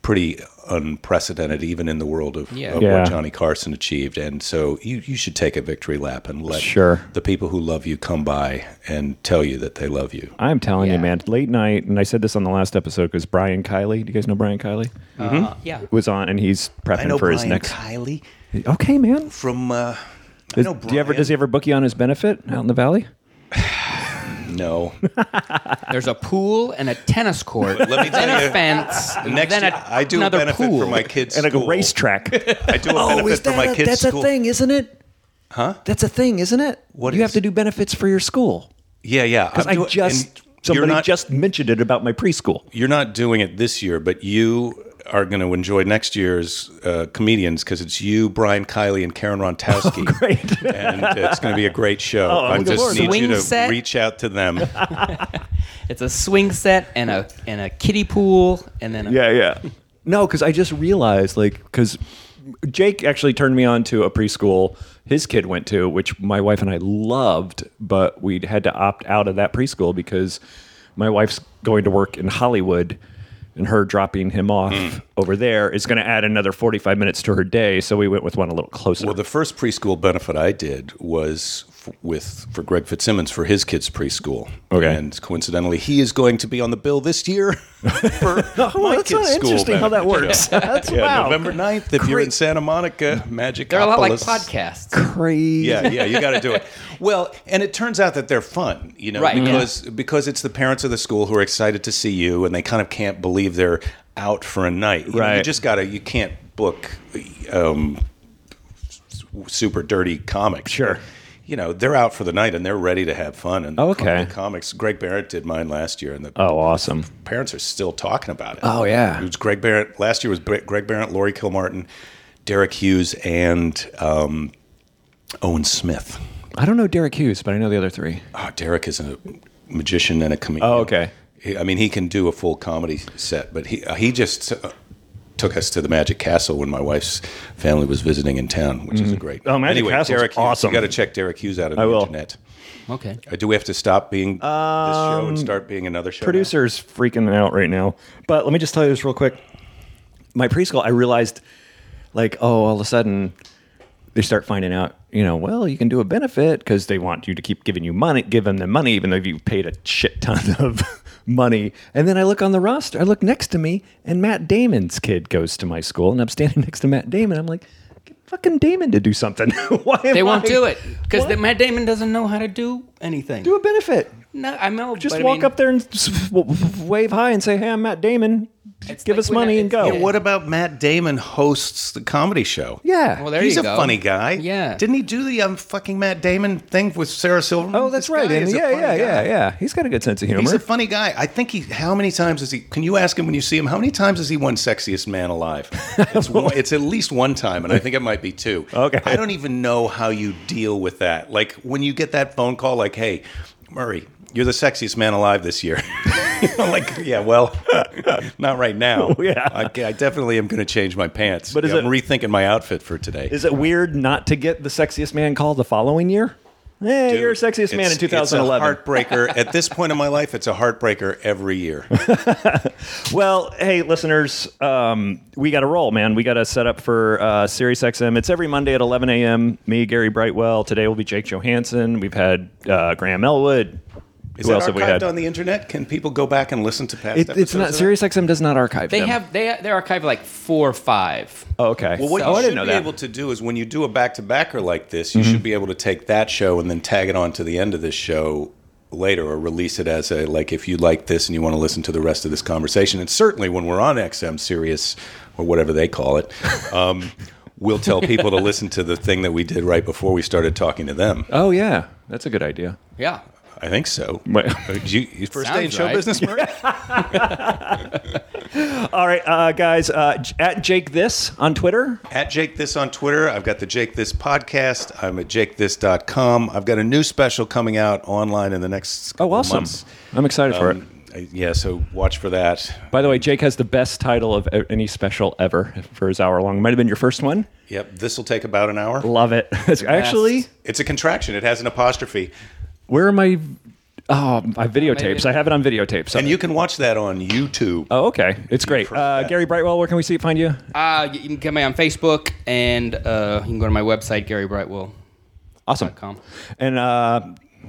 pretty unprecedented, even in the world of,
Yeah.
of
Yeah.
what Johnny Carson achieved. And so you, you should take a victory lap and let
Sure.
the people who love you come by and tell you that they love you.
I'm telling you,
Yeah.
man, late night, and I said this on the last episode because Brian Kiley, do you guys know Brian Kiley?
Mm-hmm.
Uh, yeah.
Was on, and he's prepping for his next.
Kiley
okay, man.
from. Uh,
Is- do you ever, does he ever book you on his benefit out in the valley?
No.
There's a pool and a tennis court. Let
me tell
then
you,
a fence. and
Next,
then
year,
a,
I do a
another
benefit
pool.
for my kids'
And like
school.
a (laughs) racetrack.
I do a
Oh,
benefit for my kids' school.
isn't it? Huh? That's a thing, isn't it? What
You have is- to
do benefits for your school.
Yeah, yeah. Because
I just
you're
somebody
not
just mentioned it about my preschool.
you're not doing it this year, but you are going to enjoy next year's uh, comedians because it's you, Brian Kiley, and Karen
(laughs)
Rontowski.
Oh, Great. Oh,
and it's going to be
(laughs)
a great show. I
looking
just
forward to
need you
it.
to
Swing set?
reach out to them.
(laughs)
It's a swing set and a and a kiddie pool and then a,
yeah, yeah. No, because I just realized, like, because Jake actually turned me on to a preschool his kid went to, which my wife and I loved, but we had to opt out of that preschool because my wife's going to work in Hollywood. And her dropping him off
Hmm.
over there is going to add another 45 minutes to her day. So we went with one a little closer. (laughs)
Well, the first preschool benefit I did was f- with for Greg Fitzsimmons for his kids' preschool.
Okay.
and coincidentally, he is going to be on the bill this year (laughs)
(laughs)
for my
Oh, that's
kids' school.
interesting how that
benefit.
works. that's
Yeah,
wow.
November 9th. If you're in Santa Monica, Magic.
They're a lot like podcasts.
Crazy.
Yeah, yeah, you got to
(laughs)
do it. Well, and it turns out that they're fun, you know,
Right, yeah.
because because it's the parents of the school who are excited to see you, and they kind of can't believe they're out for a night. You know, you
Right.
just gotta. You can't book um, s- super dirty comics.
Sure.
You know, they're out for the night and they're ready to have fun. And the
Oh,
Okay.
com- the comics. Greg Barrett did mine last year, and the
Oh, awesome.
parents are still talking about it.
Oh, yeah.
It was Greg Barrett. Last year was Bre- Greg Barrett, Lori Kilmartin, Derek Hughes, and um, Owen Smith.
I don't know Derek Hughes, but I know the other three.
Ah, Derek is a magician and a comedian.
Oh, okay.
He- I mean, he can do a full comedy set, but he uh, he just uh, took us to the Magic Castle when my wife's family was visiting in town, which is a great.
Oh, Magic
anyway,
Castle's
Derek Hughes,
awesome.
You got to check Derek Hughes out on the
will.
internet.
Okay.
Uh, Do we have to stop being this show
Um,
and start being another
uh,
show? now?
producer's freaking out right now. But let me just tell you this real quick. My preschool, I realized, like, oh, all of a sudden, they start finding out, you know, well, you can do a benefit because they want you to keep giving you money, give them the money, even though you've paid a shit ton (laughs) of money. And then I look on the roster, I look next to me, and Matt Damon's kid goes to my school, and I'm standing (laughs) next to Matt Damon. I'm like, get fucking Damon to do something. (laughs) Why am
They won't
I-
do it because
What?
Matt Damon doesn't know how to do anything.
do a benefit.
no, I know.
Just
but I
walk
mean,
up there and s- w- w- wave high and say, "Hey, I'm Matt Damon.
It's
Give
like
us
when
money
I-
and go."
Yeah, what about Matt Damon hosts the comedy show?
Yeah.
Well, there
He's a
you go.
funny guy.
Yeah.
Didn't he do the um, fucking Matt Damon thing with Sarah Silverman?
oh, that's
This
right.
guy
And
is a
yeah,
funny
yeah, yeah,
guy.
yeah. He's got a good sense of humor.
He's a funny guy. I think he. How many times has he? Can you ask him when you see him? How many times has he won Sexiest
(laughs)
Man Alive? It's one, it's at least one time, and I think it might be two.
Okay.
I don't even know how you deal with that. Like when you get that phone call, like, "Hey, Murray, you're the sexiest man alive this year." (laughs) you know, like, yeah, well, (laughs) not right now.
(laughs) Yeah.
I, I definitely am going to change my pants.
But is
Yeah, I'm
it-
rethinking my outfit for today.
Is it weird not to get the sexiest man call the following year? Hey, you're
Dude,
sexiest man
it's-
in 2011.
It's a heartbreaker. At this point in my life, it's a heartbreaker
(laughs)
every year.
Well, hey, listeners, um, we got to roll, man. We got to set up for uh, Sirius XM. It's every Monday at 11 a.m. Me, Gary Brightwell. Today will be Jake Johansson. We've had uh, Graham Elwood,
Is
who
that
else have we
archived
had?
on the internet? Can people go back and listen to past
It,
episodes?
it's not
of that?
SiriusXM does not archive.
They
them.
have they they archive like four or five.
Oh, okay.
Well, what
Oh,
you
I didn't
should
know
be
that. Mm-hmm.
able to do is when you do a back to backer like this, you should be able to take that show and then tag it on to the end of this show later or release it as a like if you like this and you want to listen to the rest of this conversation. And certainly when we're on XM Sirius or whatever they call it, (laughs) um, we'll tell people to listen to the thing that we did right before we started talking to them.
oh yeah, that's a good idea.
Yeah.
I think so.
Wait.
Uh, do you- you first day in
Sounds
show
right.
business, Murray?
(laughs) All right, uh, guys, uh, J- at Jake this on Twitter.
(laughs) at Jake This on Twitter. I've got the Jake This podcast. I'm at jakethis.com. I've got a new special coming out online in the
Oh,
next couple
awesome!
months.
I'm excited for it.
Um, I- yeah, so watch for that.
By the way, Jake has the best title of e- any special ever for his hour long. Might have been your first one.
Yep, this will take about an hour.
Love (laughs) it. Actually,
It's a contraction. It has an apostrophe.
where are my oh my videotapes? I have it on videotape. So.
And you can watch that on YouTube.
oh, okay, it's great. Uh, Gary Brightwell, where can we see find you?
Uh, you can get me on Facebook and uh, you can go to my website GaryBrightwell.com.
Awesome. And uh,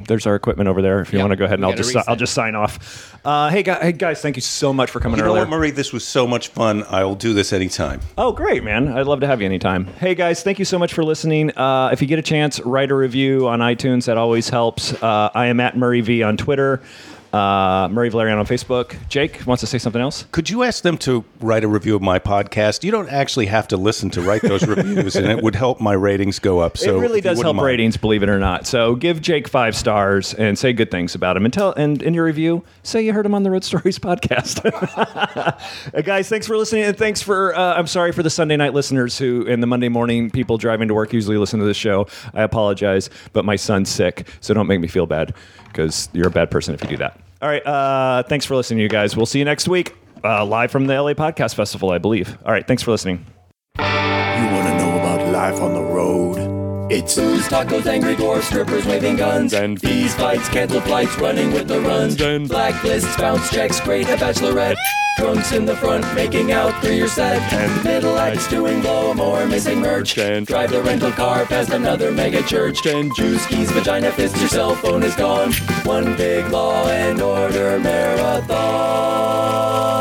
there's our equipment over there. If you
Yeah,
want to go ahead and
we
I'll
gotta
just I'll
reset.
just sign off. Uh, hey, guys, hey guys, thank you so much for coming
You know
earlier.
what, Marie? This was so much fun. I will do this anytime.
Oh, great, man. I'd love to have you anytime. Hey, guys, thank you so much for listening. Uh, if you get a chance, write a review on iTunes. That always helps. Uh, I am at Murray V on Twitter, uh, Murray Valerian on Facebook. Jake wants to say something else?
Could you ask them to write a review of my podcast? You don't actually have to listen to write those reviews, and it would help my ratings go up. So
it really
if you
does
wouldn't
help
mind.
ratings, believe it or not. So give Jake five stars and say good things about him. And tell and in your review, say you heard him on the Road (laughs) Stories podcast. Uh, guys, thanks for listening, and thanks for uh, I'm sorry for the Sunday night listeners who and the Monday morning people driving to work usually listen to this show. I apologize, but my son's sick, so don't make me feel bad because you're a bad person if you do that. All right, uh, thanks for listening, you guys. We'll see you next week, uh, live from the LA Podcast Festival, I believe. All right, thanks for listening.
You want to know about life on the road? It's
Booze, tacos, angry dwarfs, strippers waving guns, and these fights, cancel flights, running with the runs, and blacklists, bounce checks, great a bachelorette, drunks in the front making out through your set, and middle acts doing blow more missing merch, and drive the rental car past another mega church, and juice keys, vagina fist, your cell phone is gone, one big law and order marathon.